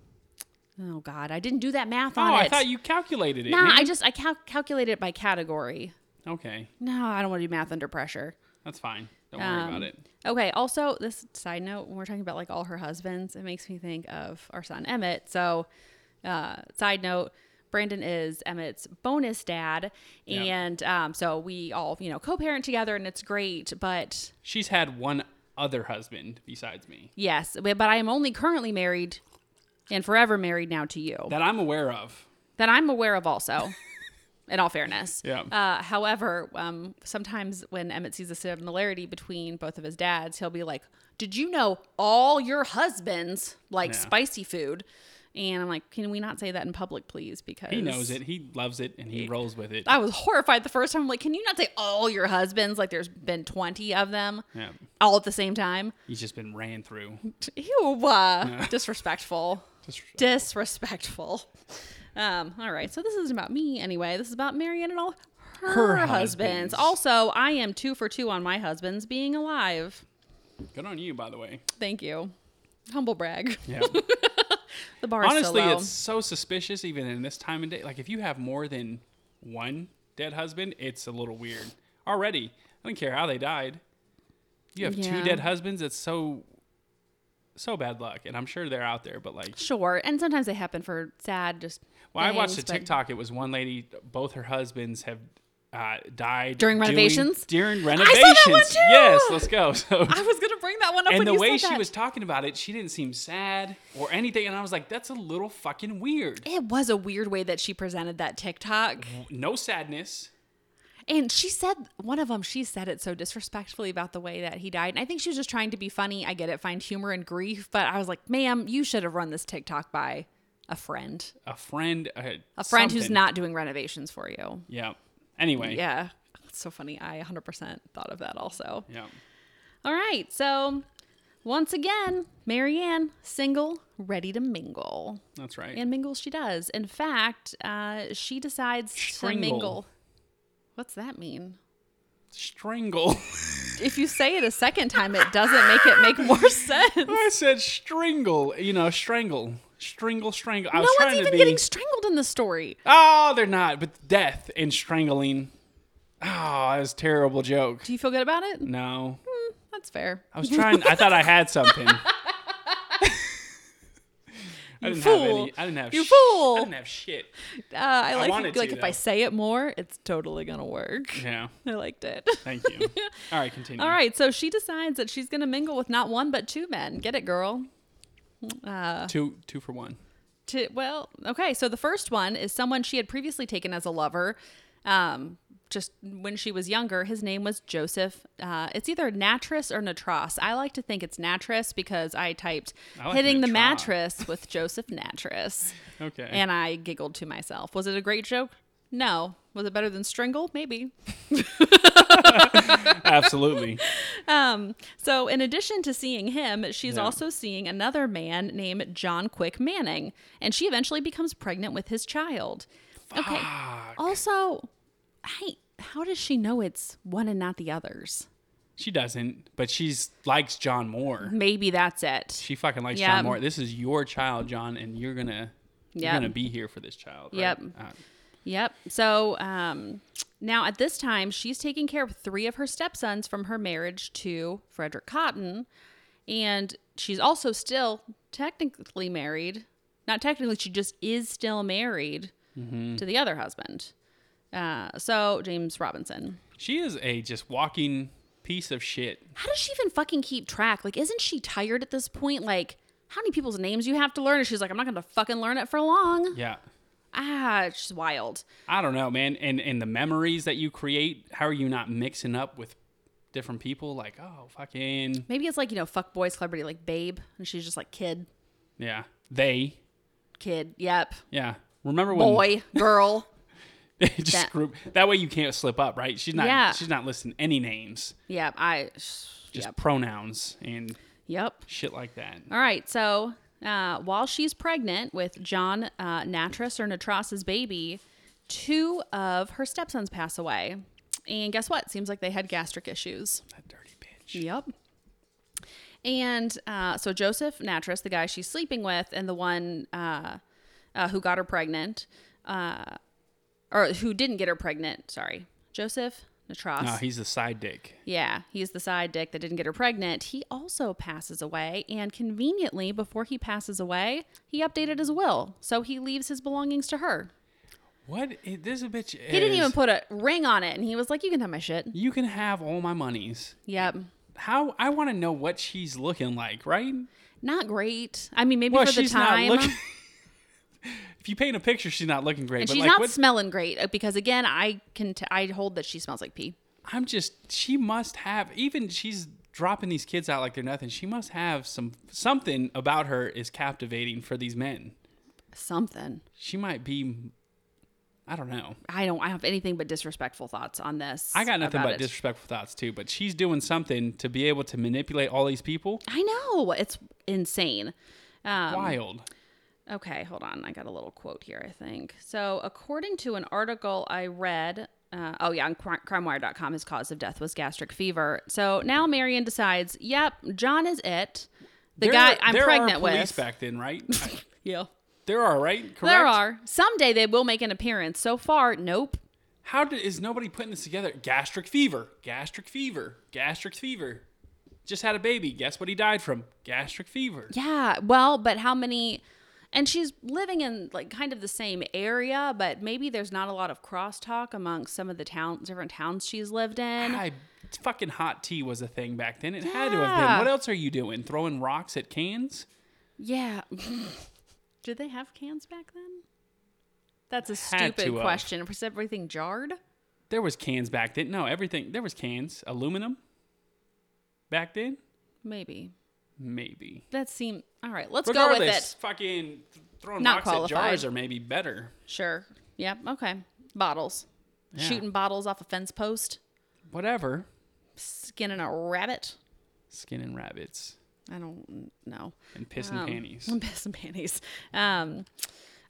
Oh, God. I didn't do that math
Oh,
on it.
I thought you calculated it.
Nah,
man.
I just, I cal- calculated it by category.
Okay,
No, I don't want to do math under pressure.
that's fine. Don't worry
Um,
about it.
Okay. Also, this side note, when we're talking about like all her husbands, it makes me think of our son Emmett. So, uh, side note, Brandon is Emmett's bonus dad,
Yeah.
and um, so we all you know co-parent together, and it's great. But
She's had one other husband besides me
yes, but I am only currently married and forever married now to you.
that I'm aware of.
that I'm aware of also. In all fairness,
Yeah.
Uh, however, um, sometimes when Emmett sees a similarity between both of his dads, he'll be like, "Did you know all your husbands like
Yeah.
spicy food?" And I'm like, "Can we not say that in public, please?" Because
He knows it. He loves it, and he rolls with it.
I was horrified the first time. I'm like, "Can you not say all your husbands? Like, there's been 20 of them,
Yeah,
all at the same time."
he's just been ran through.
Ew, uh, disrespectful.
Just-
disrespectful. Um, all right, so this isn't about me anyway. This is about Marianne and all her,
Her
husbands.
husbands.
Also, I am two for two on my husbands being alive.
Good on you, by the way.
Thank you. Humble brag.
Yeah.
The bar is
Honestly,
so low.
it's so suspicious, even in this time and day. Like, if you have more than one dead husband, it's a little weird already. I don't care how they died. You have
Yeah.
two dead husbands. It's so, so bad luck, and I'm sure they're out there. But like,
Sure, and sometimes they happen for sad. Just
Well, I watched a
things, but-
TikTok. It was one lady; both her husbands have uh, died
During
doing-
renovations?
During
that
renovations,
one too!
yes. Let's go. So,
I was gonna bring that one up, when
and the
you
way
said
she
that.
was talking about it, she didn't seem sad or anything. And I was like, "That's a little fucking weird.
It was a weird way that she presented that TikTok.
No sadness.
And she said, one of them, she said it so disrespectfully about the way that he died. And I think she was just trying to be funny. I get it, find humor in grief. But I was like, ma'am, you should have run this TikTok by a friend,
A friend, uh,
a friend who's
something.
not doing renovations for you.
Yeah. Anyway. Yeah.
Yeah. That's so funny. I 100% thought of that also.
Yeah.
All right. So once again, Marianne, single, ready to mingle.
That's right.
And mingle she does. In fact, uh, she decides
Shringle.
to mingle. What's that mean?
Strangle.
if you say it a second time, it doesn't make it make more sense.
I said strangle. You know, strangle, strangle, strangle. I
No
was
one's
trying to
even
be.
getting strangled in the story.
Oh, they're not. But death and strangling. Oh, that was a terrible joke.
Do you feel good about it?
No.
That's fair.
I was trying. I thought I had something. I didn't have
fool.
any. I didn't have
You
sh-
fool.
I didn't have shit.
Uh, I like
wanted to,
like if I
though.
say it more, it's totally gonna work.
Yeah.
I liked it.
Thank you. All right, continue.
All right, so she decides that she's gonna mingle with not one but two men. Get it, girl. Uh,
Two two for one.
to, well, okay. So the first one is someone she had previously taken as a lover. Um, just when she was younger, his name was Joseph. Uh, it's either Natras or Natras. I like to think it's Natras because I typed
I like
hitting the
Natras.
mattress with Joseph Natras,
Okay.
and I giggled to myself. Was it a great joke? No. Was it better than Stringle? Maybe.
Absolutely.
Um, so, in addition to seeing him, she's also seeing another man named John Quick Manning, and she eventually becomes pregnant with his child. Okay. Also, hey, how does she know it's one and not the others?
She doesn't, but she's likes John Moore.
Maybe that's it.
She fucking likes
Yeah.
John Moore. This is your child, John, and you're gonna
Yeah.
you're gonna be here for this child. right?
Yep.
Uh,
Yep. So, um, now at this time, she's taking care of three of her stepsons from her marriage to Frederick Cotton, and she's also still technically married. Not technically, she just is still married to the other husband. Uh, so James Robinson.
she is a just walking piece of shit.
How does she even fucking keep track? Like, isn't she tired at this point? Like, how many people's names you have to learn? And she's like, I'm not gonna fucking learn it for long.
Yeah.
Ah, she's wild.
I don't know, man. And and the memories that you create, how are you not mixing up with different people? Like, oh fucking
Maybe it's like you know, fuck boy celebrity like Babe, and she's just like kid.
yeah, they
kid. Yep.
yeah Remember when
boy, girl.
just
That-
group that way you can't slip up, right? She's not
Yeah.
she's not listing any names,
Yep, I.
just
Yep.
pronouns and
Yep.
shit like that.
All right. So uh, while she's pregnant with John uh, Natras or Natras's baby, two of her stepsons pass away. And guess what? Seems like they had gastric issues.
That dirty bitch.
Yep. And uh, so Joseph Natras, the guy she's sleeping with, and the one uh, uh, who got her pregnant, uh, or who didn't get her pregnant, sorry, Joseph Natras.
No, he's the side dick.
Yeah, he's the side dick that didn't get her pregnant. He also passes away, and conveniently, before he passes away, he updated his will, so he leaves his belongings to her.
What i- this bitch is,
He didn't even put a ring on it, and he was like, "You can have my shit."
You can have all my monies.
Yep,
How I want to know what she's looking like, right?
not great. I mean, maybe
Well,
for the
she's
time,
not looking. if you paint a picture, she's not looking great.
and
but
she's
like,
not
what,
smelling great uh, because, again, I can t- I hold that she smells like pee.
I'm just she must have even she's dropping these kids out like they're nothing. She must have some something about her is captivating for these men.
Something.
She might be I don't know.
I don't. I have anything but disrespectful thoughts on this.
I got nothing
about
but
it.
disrespectful thoughts too, but she's doing something to be able to manipulate all these people.
I know it's insane. Um,
Wild.
Okay, hold on. I got a little quote here, I think. So, according to an article I read, uh, oh, yeah, on cri- crimewire.com, his cause of death was gastric fever. So now Marion decides, yep, John is it. The
There-
guy I'm
there are
pregnant
police
with.
back then, right? I-
Yeah.
there are, right? Correct?
There are. Someday they will make an appearance. So far, nope.
How did, is nobody putting this together? Gastric fever, gastric fever, gastric fever. Just had a baby. Guess what he died from? Gastric fever.
Yeah. Well, but how many. And she's living in like kind of the same area, but maybe there's not a lot of crosstalk amongst some of the town, different towns she's lived in.
I fucking hot tea was a thing back then. It had to have been.
Yeah.
What else are you doing? Throwing rocks at cans?
Yeah. Did they have cans back then? That's a
Had to
stupid
have.
question. Was everything jarred?
There was cans back then. No, everything. There was cans. Aluminum. Back then,
Maybe.
maybe.
That seemed all right. Let's go with
Regardless,
it.
fucking throwing
Not
rocks at
qualified.
jars are maybe better.
Sure. Yep. Okay. Bottles.
Yeah.
Shooting bottles off a fence post.
Whatever.
Skinning a rabbit.
Skinning rabbits
I don't know.
and pissing
Um,
panties.
Piss and panties. Um,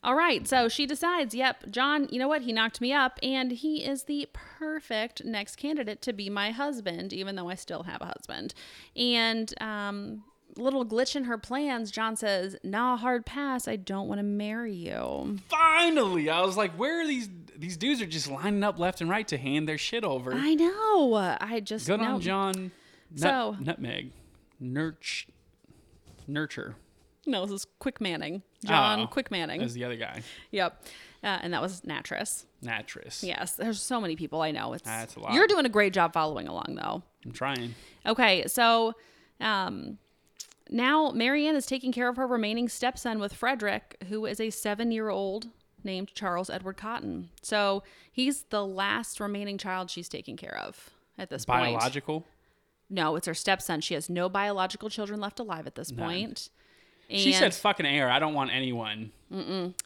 all right. So she decides, yep, John, you know what? He knocked me up, and he is the perfect next candidate to be my husband, even though I still have a husband. And um, little glitch in her plans, John says, nah, hard pass. I don't want to marry you.
Finally, I was like, where are these? These dudes are just lining up left and right to hand their shit over.
I know. I just.
Good
no.
on John. Nut,
So-
nutmeg, nurture, nurture
No, this is Quick Manning. John
Oh.
Quick Manning.
as the other guy.
Yep. Uh, and that was Natris.
Natris.
Yes. There's so many people I know. It's,
That's a lot.
You're doing a great job following along, though.
I'm trying.
Okay, so um, now Marianne is taking care of her remaining stepson with Frederick, who is a seven year old named Charles Edward Cotton. So he's the last remaining child she's taking care of at this point.
Biological.
No, it's her stepson. She has no biological children left alive at this point. And
She said, "Fucking air. I don't want anyone."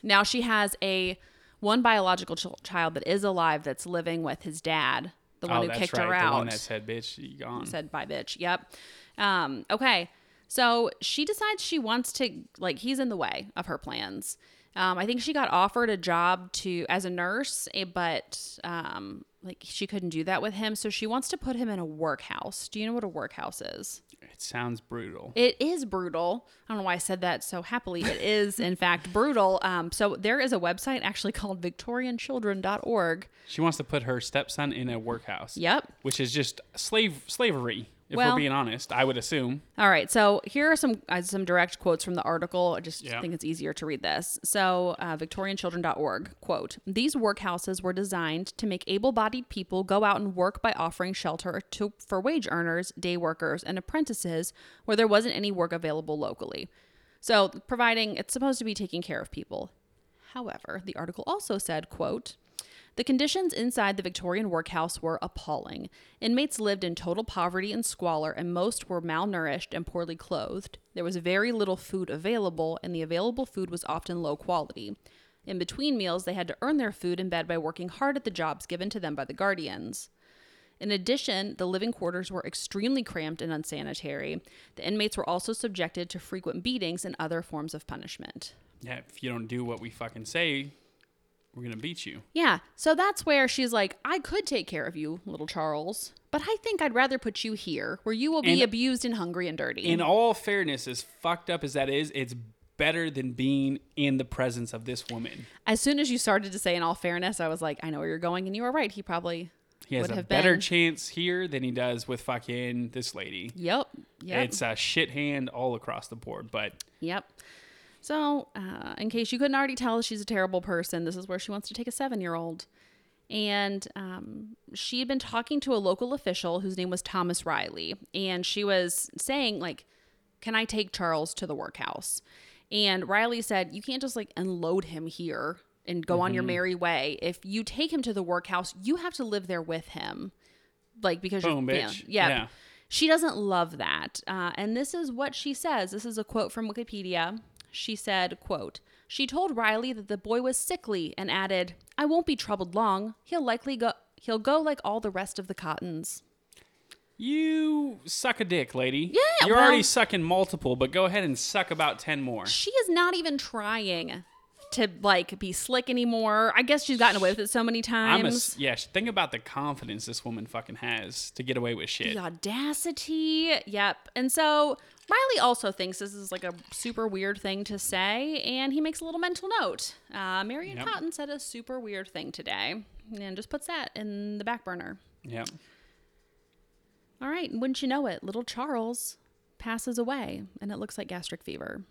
now she has a one biological ch- child that is alive that's living with his dad, the one
oh,
who
that's
kicked
right.
her out.
The one that said, "Bitch, you gone."
said bye bitch yep um okay so she decides she wants to like he's in the way of her plans um i think she got offered a job to as a nurse eh, but um like she couldn't do that with him so she wants to put him in a workhouse do you know what a workhouse is
it sounds brutal.
it is brutal. I don't know why I said that so happily. It is, in fact, brutal. Um, so there is a website actually called victorianchildren.org.
She wants to put her stepson in a workhouse.
Yep.
Which is just slave slavery, if
Well-
we're being honest. I would assume.
All right, so here are some uh, some direct quotes from the article. I just
Yeah.
think it's easier to read this. So, uh, VictorianChildren.org quote: These workhouses were designed to make able-bodied people go out and work by offering shelter to for wage earners, day workers, and apprentices where there wasn't any work available locally. So, providing it's supposed to be taking care of people. However, the article also said, quote, the conditions inside the Victorian workhouse were appalling. Inmates lived in total poverty and squalor, and most were malnourished and poorly clothed. There was very little food available, and the available food was often low quality. In between meals, they had to earn their food in bed by working hard at the jobs given to them by the guardians. In addition, the living quarters were extremely cramped and unsanitary. The inmates were also subjected to frequent beatings and other forms of punishment.
Yeah, if you don't do what we fucking say, we're gonna beat you.
Yeah, so that's where she's like, I could take care of you, little Charles, but I think I'd rather put you here where you will be
And-
abused and hungry and dirty.
In all fairness, as fucked up as that is, it's better than being in the presence of this woman.
as soon as you started to say, in all fairness, I was like, I know where you're going, and you were right. He probably
He has
would
a
have
better
been.
chance here than he does with fucking this lady.
Yep. Yep.
It's a shit hand all across the board, but
Yep. So, uh, in case you couldn't already tell, she's a terrible person. This is where she wants to take a seven year old. And um, she had been talking to a local official whose name was Thomas Riley. And she was saying, like, can I take Charles to the workhouse? And Riley said, you can't just like unload him here and go
Mm-hmm.
on your merry way. If you take him to the workhouse, you have to live there with him. Like, because
Boom,
you're, yeah,
bitch.
Yeah.
Yeah.
She doesn't love that. Uh, and this is what she says. This is a quote from Wikipedia. She said, quote, she told Riley that the boy was sickly and added, I won't be troubled long. He'll likely go he'll go like all the rest of the cottons.
you suck a dick, lady.
Yeah,
You're
well-
already sucking multiple, but go ahead and suck about 10 more.
She is not even trying to like be slick anymore. I guess she's gotten away with it so many
I'm a,
times.
s- yeah, sh- think about the confidence this woman fucking has to get away with shit.
the audacity. Yep. And so Riley also thinks this is like a super weird thing to say, and he makes a little mental note. Uh, Marion
Yep.
Cotton said a super weird thing today, and just puts that in the back burner.
Yeah.
All right, and wouldn't you know it, little Charles passes away, and it looks like gastric fever.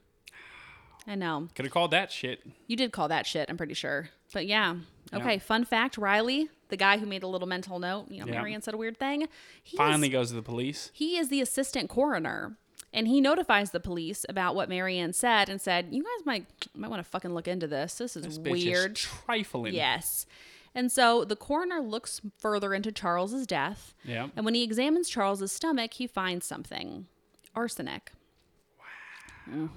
I know.
Could have called that shit.
You did call that shit, I'm pretty sure. But yeah.
Yeah.
Okay, fun fact Riley, the guy who made a little mental note, you know,
Yeah.
Marion said a weird thing. He is-
Finally goes to the police.
He is the assistant coroner, and he notifies the police about what Marianne said and said, "You guys might might want to fucking look into this. This is
This bitch is
weird."
trifling.
Yes. And so the coroner looks further into Charles's death,
Yeah.
and when he examines Charles's stomach, he finds something. Arsenic.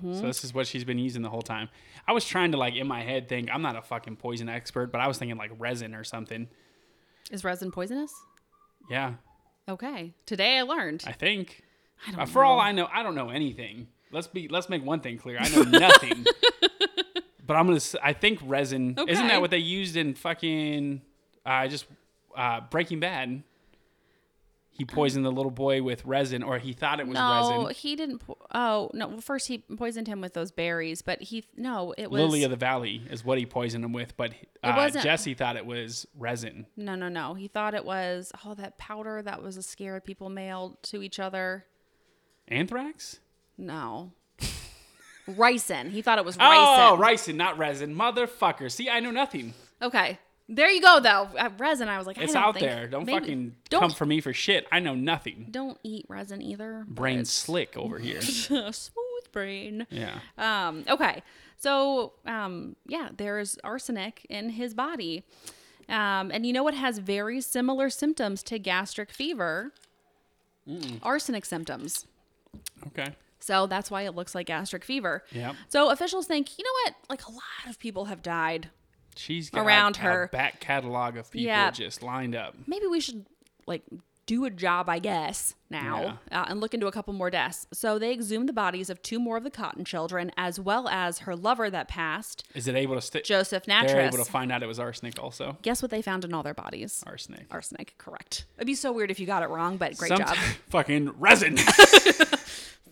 So this is what she's been using the whole time. I was trying to like in my head think I'm not a fucking poison expert, but I was thinking like resin or something.
Is resin poisonous?
Yeah,
Okay. Today I learned.
I think.
I don't
Uh, for all I know, I don't know anything. Let's be let's make one thing clear. I know nothing. but I'm gonna. s- I think resin. Isn't
Okay.
that what they used in fucking uh, just uh, Breaking Bad? He poisoned the little boy with resin, or he thought it was
no,
resin.
he didn't. Po- oh no! Well, first he poisoned him with those berries, but he no, it was
Lily of the Valley is what he poisoned him with, but uh,
wasn't-
Jesse thought it was resin.
No, no, no. He thought it was all that powder that was a scare people mailed to each other.
Anthrax?
No. ricin. He thought it was
Oh,
ricin.
ricin, not resin. Motherfucker. See, I know nothing.
Okay. There you go though. At resin, I was like, I
It's
don't
out
think-
there. Don't
maybe-
fucking
don't,
come for me for shit. I know nothing.
Don't eat resin either. but
Brain
it's-
slick over here.
smooth brain.
yeah.
Um, okay. So, um, yeah, there's arsenic in his body. Um, and you know what has very similar symptoms to gastric fever?
Mm.
Arsenic symptoms.
Okay.
So that's why it looks like gastric fever.
Yep.
So officials think, you know what? Like a lot of people have died.
She's got
Around
a
her.
back catalog of people
Yeah.
just lined up.
Maybe we should like do a job, I guess, now uh, and look into a couple more deaths. So they exhumed the bodies of two more of the Cotton children, as well as her lover that passed,
Is it able to stick?
Joseph
They're
Natras.
able to find out it was arsenic also.
guess what they found in all their bodies?
Arsenic.
Arsenic, correct. It'd be so weird if you got it wrong, but great
Somet-
job.
fucking resin.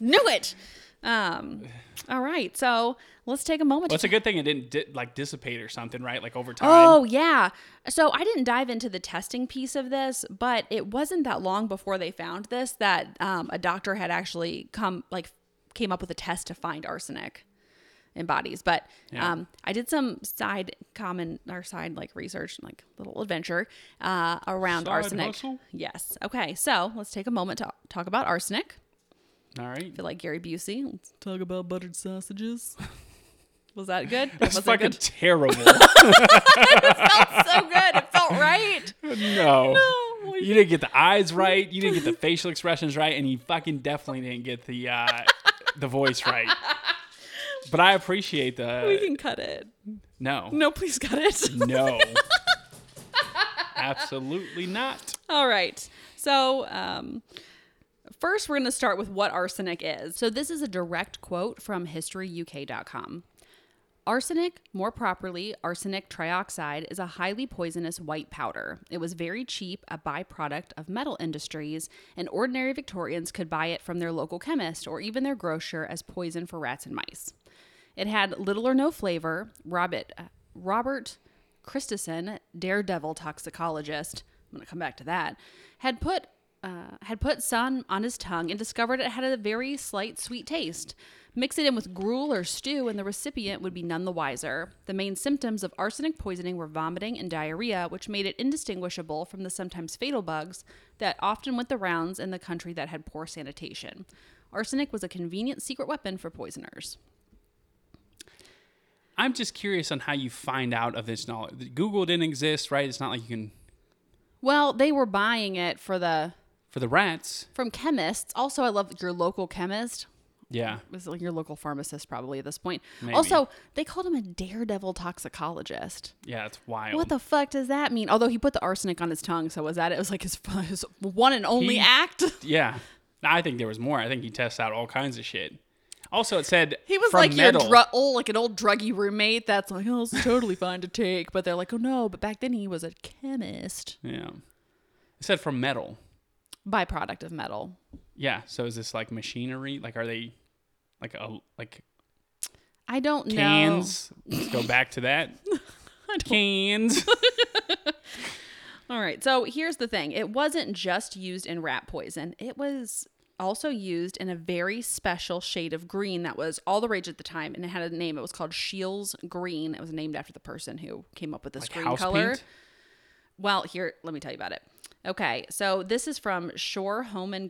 Knew it. Um, all right. So let's take a moment to
What's a good thing it didn't di- like dissipate or something, right? Like over time.
Oh, yeah. So I didn't dive into the testing piece of this, but it wasn't that long before they found this that um, a doctor had actually come, like, came up with a test to find arsenic in bodies. But
Yeah.
um, I did some side common or side, like, research, like, little adventure uh, around
Side
arsenic.
hustle?
Yes. Okay. So let's take a moment to talk about arsenic.
All right.
I feel like Gary Busey. Let's talk about buttered sausages. Was that good? That
That's
wasn't
fucking
good.
terrible.
so good. It felt right.
no.
No,
You didn't get the eyes right. You didn't get the facial expressions right, and you fucking definitely didn't get the uh, the voice right. But I appreciate the
we can cut it.
no,
No, please cut it.
no, absolutely not.
All right. So, um, first, we're going to start with what arsenic is. So, this is a direct quote from historyuk.com. Arsenic, more properly arsenic trioxide, is a highly poisonous white powder. It was very cheap, a byproduct of metal industries, and ordinary Victorians could buy it from their local chemist or even their grocer as poison for rats and mice. It had little or no flavor. Robert uh, Robert Christensen, daredevil toxicologist, I'm going to come back to that, had put uh, had put sun on his tongue and discovered it had a very slight sweet taste. Mix it in with gruel or stew, and the recipient would be none the wiser. The main symptoms of arsenic poisoning were vomiting and diarrhea, which made it indistinguishable from the sometimes fatal bugs that often went the rounds in the country that had poor sanitation. Arsenic was a convenient secret weapon for poisoners.
I'm just curious on how you find out of this knowledge. Google didn't exist, right? It's not like you can
Well, they were buying it for the
for the rats.
from chemists. Also, I love your local chemist.
Yeah,
It was like your local pharmacist probably at this point.
Maybe.
Also, they called him a daredevil toxicologist.
yeah, it's wild.
What the fuck does that mean? Although he put the arsenic on his tongue, so was that it? Was like his, his one and only
He-
act.
Yeah, I think there was more. I think he tests out all kinds of shit. Also, it said
He was
from
like
metal.
your dru- old, like an old druggy roommate. That's like, oh, it's totally fine to take. But they're like, oh no. But back then he was a chemist,
yeah, it said from metal.
byproduct of metal.
Yeah, so is this like machinery? Like, are they like a like
I don't know.
cans? Let's go back to that. Cans.
All right. So here's the thing it wasn't just used in rat poison, it was also used in a very special shade of green that was all the rage at the time. And it had a name. It was called Shields Green. It was named after the person who came up with this
Like
green
house
color.
paint?
Well, here, let me tell you about it. Okay, so this is from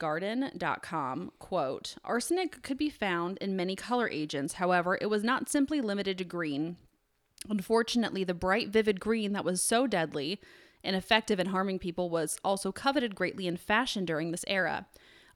shorehomeandgarden.com. Quote Arsenic could be found in many color agents. However, it was not simply limited to green. Unfortunately, the bright, vivid green that was so deadly and effective in harming people was also coveted greatly in fashion during this era.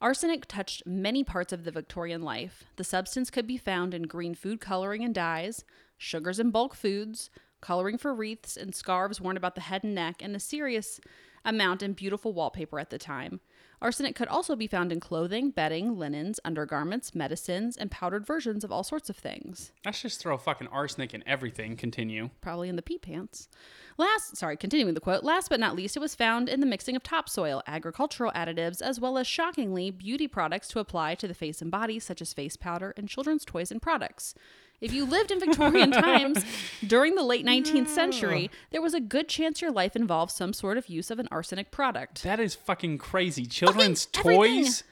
Arsenic touched many parts of the Victorian life. The substance could be found in green food coloring and dyes, sugars and bulk foods, coloring for wreaths and scarves worn about the head and neck, and a serious amount in beautiful wallpaper at the time. Arsenic could also be found in clothing, bedding, linens, undergarments, medicines, and powdered versions of all sorts of things
Let's just throw fucking arsenic in everything. Continue.
probably in the pea pants. Last, sorry, continuing the quote, last but not least, it was found in the mixing of topsoil, agricultural additives, as well as shockingly beauty products to apply to the face and body, such as face powder and children's toys and products. If you lived in Victorian times during the late 19th century, there was a good chance your life involved some sort of use of an arsenic product.
That is fucking crazy. Children's
everything.
toys,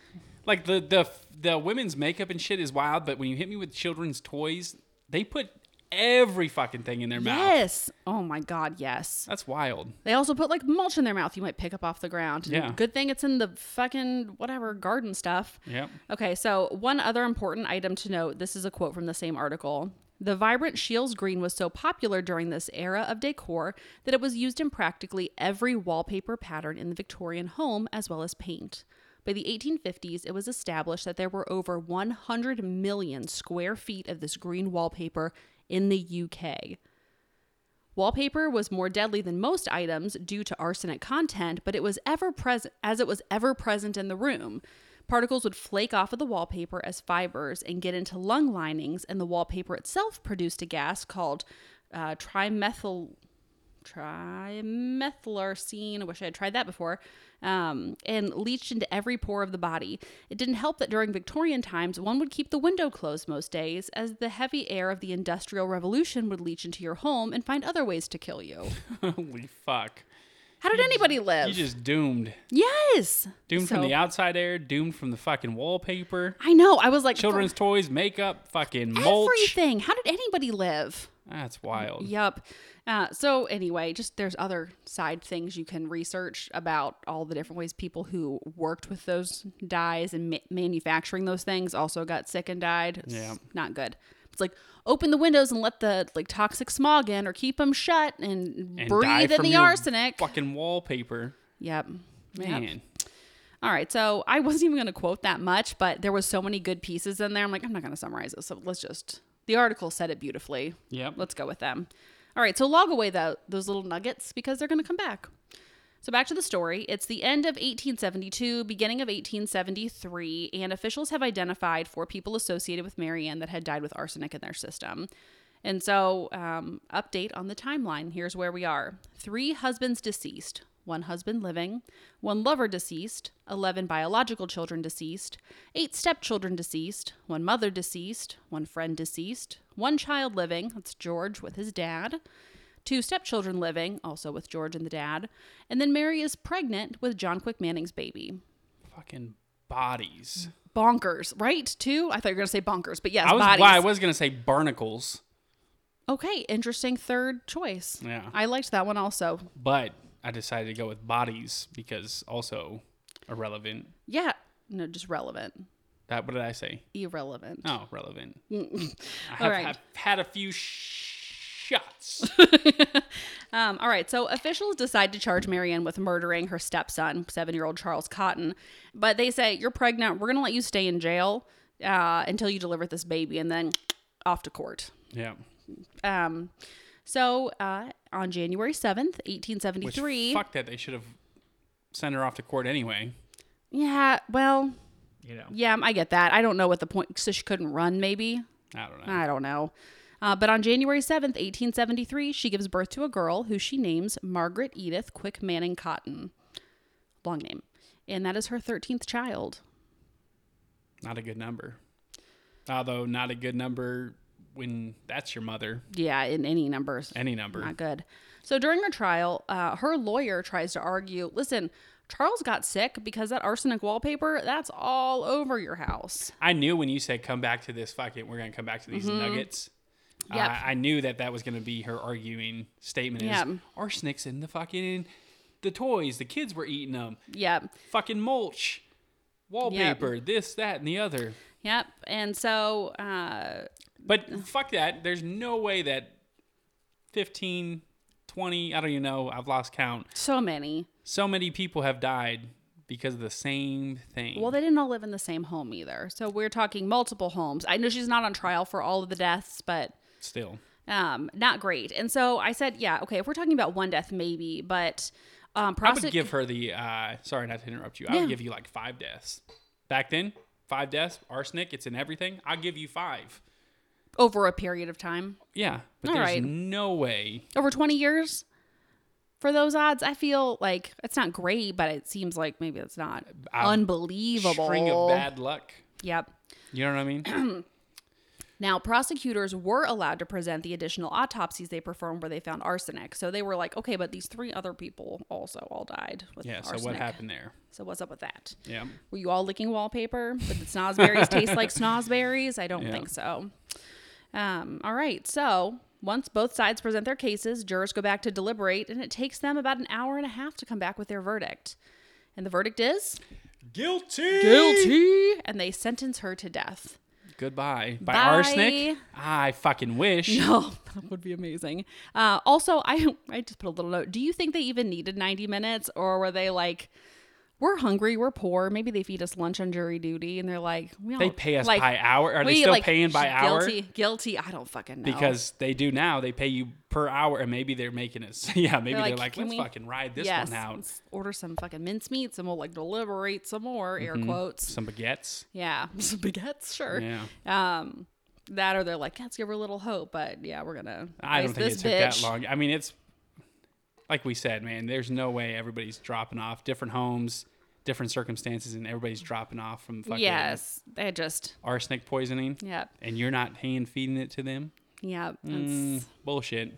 like the the the women's makeup and shit is wild. But when you hit me with children's toys, they put every fucking thing in their mouth.
Yes. Oh my God, yes.
That's wild.
They also put like mulch in their mouth you might pick up off the ground. And
Yeah.
Good thing it's in the fucking whatever garden stuff.
Yep.
Okay, so one other important item to note this is a quote from the same article. The vibrant Shields green was so popular during this era of decor that it was used in practically every wallpaper pattern in the Victorian home as well as paint. By the 1850s, it was established that there were over 100 million square feet of this green wallpaper in the UK. Wallpaper was more deadly than most items due to arsenic content, but it was ever present as it was ever present in the room. Particles would flake off of the wallpaper as fibers and get into lung linings, and the wallpaper itself produced a gas called uh, trimethyl trimethylarcine. I wish I had tried that before. Um, and leached into every pore of the body. It didn't help that during Victorian times, one would keep the window closed most days, as the heavy air of the Industrial Revolution would leach into your home and find other ways to kill you.
Holy fuck.
How did anybody live?
You just doomed.
yes.
Doomed from
So-
the outside air. Doomed from the fucking wallpaper.
I know. I was like,
Children's toys, makeup, fucking mulch.
everything. How did anybody live?
That's wild.
Yep. Uh, so anyway, just there's other side things you can research about all the different ways people who worked with those dyes and ma- manufacturing those things also got sick and died. It's
Yeah.
not good. It's like open the windows and let the like toxic smog in, or keep them shut and,
And die
breathe in
from
the
your
arsenic.
Fucking wallpaper.
Yep. Yep.
Man.
All right. So I wasn't even going to quote that much, but there was so many good pieces in there. I'm like, I'm not going to summarize it. So let's just. The article said it beautifully.
Yep.
Let's go with them. All right, so log away tho- those little nuggets because they're going to come back. So back to the story. It's the end of 1872, beginning of 1873, and officials have identified four people associated with Marianne that had died with arsenic in their system. And so, um, update on the timeline. Here's where we are: three husbands deceased, one husband living, one lover deceased, eleven biological children deceased, eight stepchildren deceased, one mother deceased, one friend deceased, one child living. That's George with his dad two stepchildren living, also with George and the dad, and then Mary is pregnant with John Quick Manning's baby.
Fucking bodies.
Bonkers, right? Two? I thought you were gonna say bonkers, but yes,
I was
bodies.
well, I was gonna say barnacles,
okay, interesting third choice.
Yeah.
I liked that one also.
but I decided to go with bodies because also irrelevant.
Yeah, no, just relevant,
That what did I say?
irrelevant.
Oh, relevant. I
All
have,
right.
have had a few sh- shots.
Um, all right, so officials decide to charge Marianne with murdering her stepson, seven year old Charles Cotton. But they say, You're pregnant. We're going to let you stay in jail uh, until you deliver this baby and then off to court.
yeah.
Um, so uh, on January 7th,
Which
1873.
fuck that they should have sent her off to court anyway.
Yeah, well,
You know.
yeah, I get that. I don't know what the point, so she couldn't run, maybe.
I don't know.
I don't know. Uh, but on January 7th, 1873, she gives birth to a girl who she names Margaret Edith Quick Manning Cotton. Long name. And that is her 13th child.
Not a good number. Although not a good number when that's your mother.
Yeah, in any numbers.
Any number.
Not good. So during her trial, uh, her lawyer tries to argue listen, Charles got sick because that arsenic wallpaper, that's all over your house.
I knew when you said come back to this, fuck it, we're gonna come back to these nuggets.
Mm-hmm. Yep.
I- I knew that that was gonna be her arguing statement. Is
Yep.
arsenic's in the fucking the toys. The kids were eating them.
Yep.
Fucking mulch, wallpaper, this, that, and the other.
Yep. And so, uh,
But fuck that. There's no way that 15, 20, I don't even know. I've lost count.
so many.
So many people have died because of the same thing.
Well, they didn't all live in the same home either. So we're talking multiple homes. I know she's not on trial for all of the deaths, but
Still.
um, not great. And so I said, yeah, okay, if we're talking about one death, maybe, but um,
I would
prosec-
give her the. Uh, sorry, not to interrupt you. I
Yeah.
would give you like five deaths. Back then, five deaths, arsenic. It's in everything. I'll give you five.
over a period of time,
Yeah, but
All
there's
right.
no way.
over 20 years. For those odds, I feel like it's not great, but it seems like maybe it's not
A
unbelievable.
String of bad luck.
Yep.
You know what I mean?
Now, prosecutors were allowed to present the additional autopsies they performed where they found arsenic. So they were like, okay, but these three other people also all died with
yeah. So
arsenic.
what happened there?
So what's up with that?
Yeah.
Were you all licking wallpaper? But the snosberries taste like snosberries? I don't
Yeah.
think so. Um, all right. So once both sides present their cases, jurors go back to deliberate, and it takes them about an hour and a half to come back with their verdict. And the verdict is
Guilty.
guilty, and they sentence her to death.
Goodbye. By
Bye.
arsenic. I fucking wish.
No, Oh, that would be amazing. Uh, also, I I just put a little note. Do you think they even needed 90 minutes, or were they like, we're hungry, we're poor, maybe they feed us lunch on jury duty, and they're like, we
They
don't-
pay us
like,
by hour. Are they
we,
still
like,
paying by
guilty,
hour?
Guilty, guilty. I don't fucking know.
Because they do now. They pay you per hour, and maybe they're making us. Yeah, maybe they're
like,
like,
"Can
let's
we-"
fucking ride this
yes,
one out.
let's order some fucking mincemeats, and we'll like deliberate some more air quotes.
Some baguettes.
Yeah, some baguettes, sure.
Mm-hmm. Yeah.
Um, that or they're like, let's give her a little hope, but yeah, we're gonna.
I don't
ice
think it
this
took that
bitch.
long. I mean, it's like we said, man. There's no way everybody's dropping off. Different homes, different circumstances, and everybody's dropping off from fucking
Yes, they just.
arsenic poisoning.
Yep.
And you're not hand feeding it to them.
Yeah. it's-
Mm, bullshit.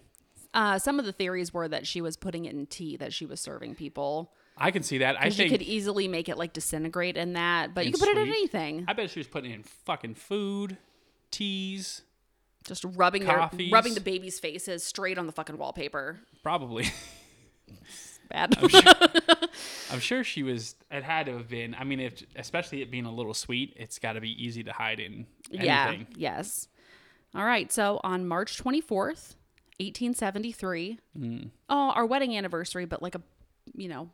Uh, some of the theories were that she was putting it in tea that she was serving people.
I can see that. I
'Cause You
think.
could easily make it like disintegrate in that, but you
And
could put it in
sweet.
anything.
I bet she was putting it in fucking food, teas,
Just rubbing their,
Coffees.
rubbing the baby's faces straight on the fucking wallpaper.
probably.
Bad.
Oh, I'm sure she was. It had to have been. I mean, if especially it being a little sweet, it's got to be easy to hide in anything.
yeah. Yes. All right. So on March 24th, 1873.
Mm.
Oh, our wedding anniversary, but like a, you know,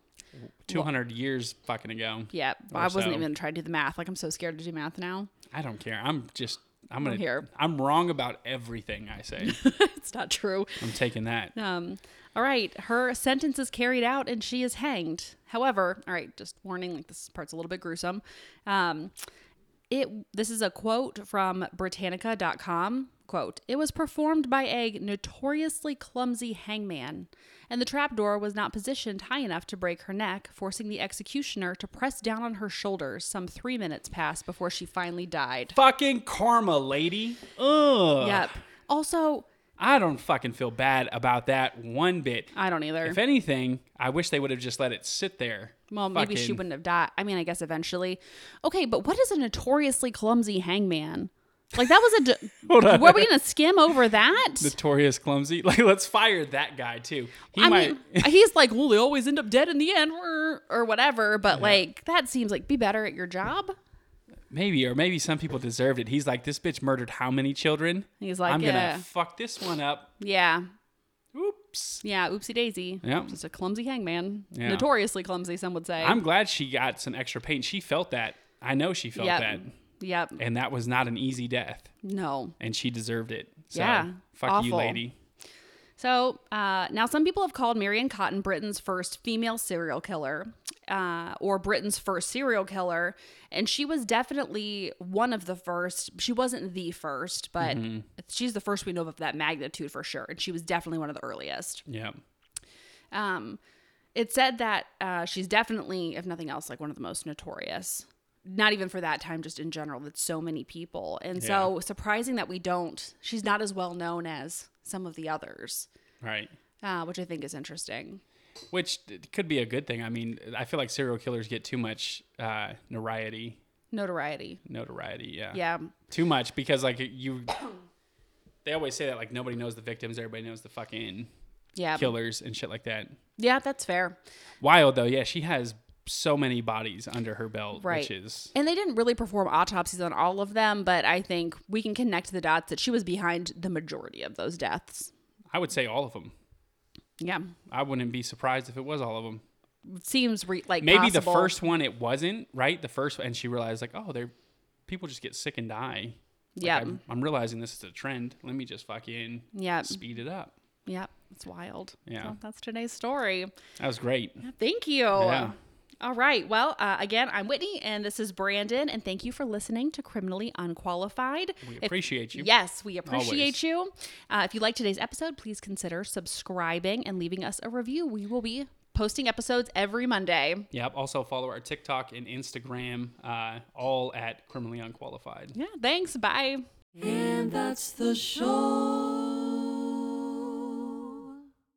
Two hundred years fucking ago.
yeah.
Or
I wasn't
so.
even trying to do the math. Like I'm so scared to do math now.
I don't care. I'm just I'm gonna.
here.
I'm wrong about everything I say.
it's not true.
I'm taking that.
Um, all right, her sentence is carried out and she is hanged. However, all right, just warning, like this part's a little bit gruesome. Um, it this is a quote from Britannica.com. Quote, it was performed by a notoriously clumsy hangman, and the trapdoor was not positioned high enough to break her neck, forcing the executioner to press down on her shoulders some three minutes passed before she finally died.
Fucking karma, lady. Ugh.
Yep. Also,
I don't fucking feel bad about that one bit.
I don't either.
If anything, I wish they would have just let it sit there.
Well, maybe she
Fucking-
wouldn't have died. I mean, I guess eventually. Okay, but what is a notoriously clumsy hangman? Like that was a. d-
on.
were we gonna skim over that?
Notorious clumsy. Like, let's fire that guy too. He
I
might.
mean, he's like, well, they always end up dead in the end, or, or whatever. But like, that seems like be better at your job.
Maybe, or maybe some people deserved it. He's like, this bitch murdered how many children?
He's like,
I'm
yeah.
gonna fuck this one up.
Yeah,
Oops.
yeah. Oopsie daisy.
Yeah.
Just a clumsy hangman.
Yeah.
Notoriously clumsy, some would say.
I'm glad she got some extra pain. She felt that. I know she felt
Yep.
that.
Yep.
And that was not an easy death.
No.
And she deserved it. So,
Yeah.
Fuck you,
Awful.
lady.
So uh, now some people have called Marion Cotton Britain's first female serial killer uh, or Britain's first serial killer. And she was definitely one of the first. She wasn't the first, but she's the first we know of that magnitude for sure. And she was definitely one of the earliest.
Yeah.
Um, it said that uh, she's definitely, if nothing else, like one of the most notorious. Not even for that time, just in general, that's so many people. And so surprising that we don't, she's not as well known as some of the others
Right.
uh, which I think is interesting.
Which d- could be a good thing. I mean, I feel like serial killers get too much uh, notoriety.
Notoriety.
Notoriety. Yeah.
Yeah.
Too much because, like, you. They always say that, like, nobody knows the victims, everybody knows the fucking
Yeah.
killers and shit like that.
Yeah, that's fair.
Wild though, yeah, she has so many bodies under her belt,
Right.
which is
And they didn't really perform autopsies on all of them, but I think we can connect the dots that she was behind the majority of those deaths.
I would say all of them.
Yeah.
I wouldn't be surprised if it was all of them.
Seems re- like
Maybe the
possible.
first one it wasn't right. The first and she realized like, oh, they're people just get sick and die. Like,
Yeah.
I'm, I'm realizing this is a trend. Let me just fucking
Yeah.
speed it up.
Yeah. It's wild.
Yeah.
So that's today's story.
That was great.
Thank you.
Yeah.
All right. Well, uh, again, I'm Whitney and this is Brandon. And thank you for listening to Criminally Unqualified.
We
If
appreciate you.
Yes, we appreciate
Always.
you. Uh, if you like today's episode, please consider subscribing and leaving us a review. We will be posting episodes every Monday.
Yep. Also follow our TikTok and Instagram, uh, all at criminally unqualified.
Yeah, thanks. Bye.
And that's the show.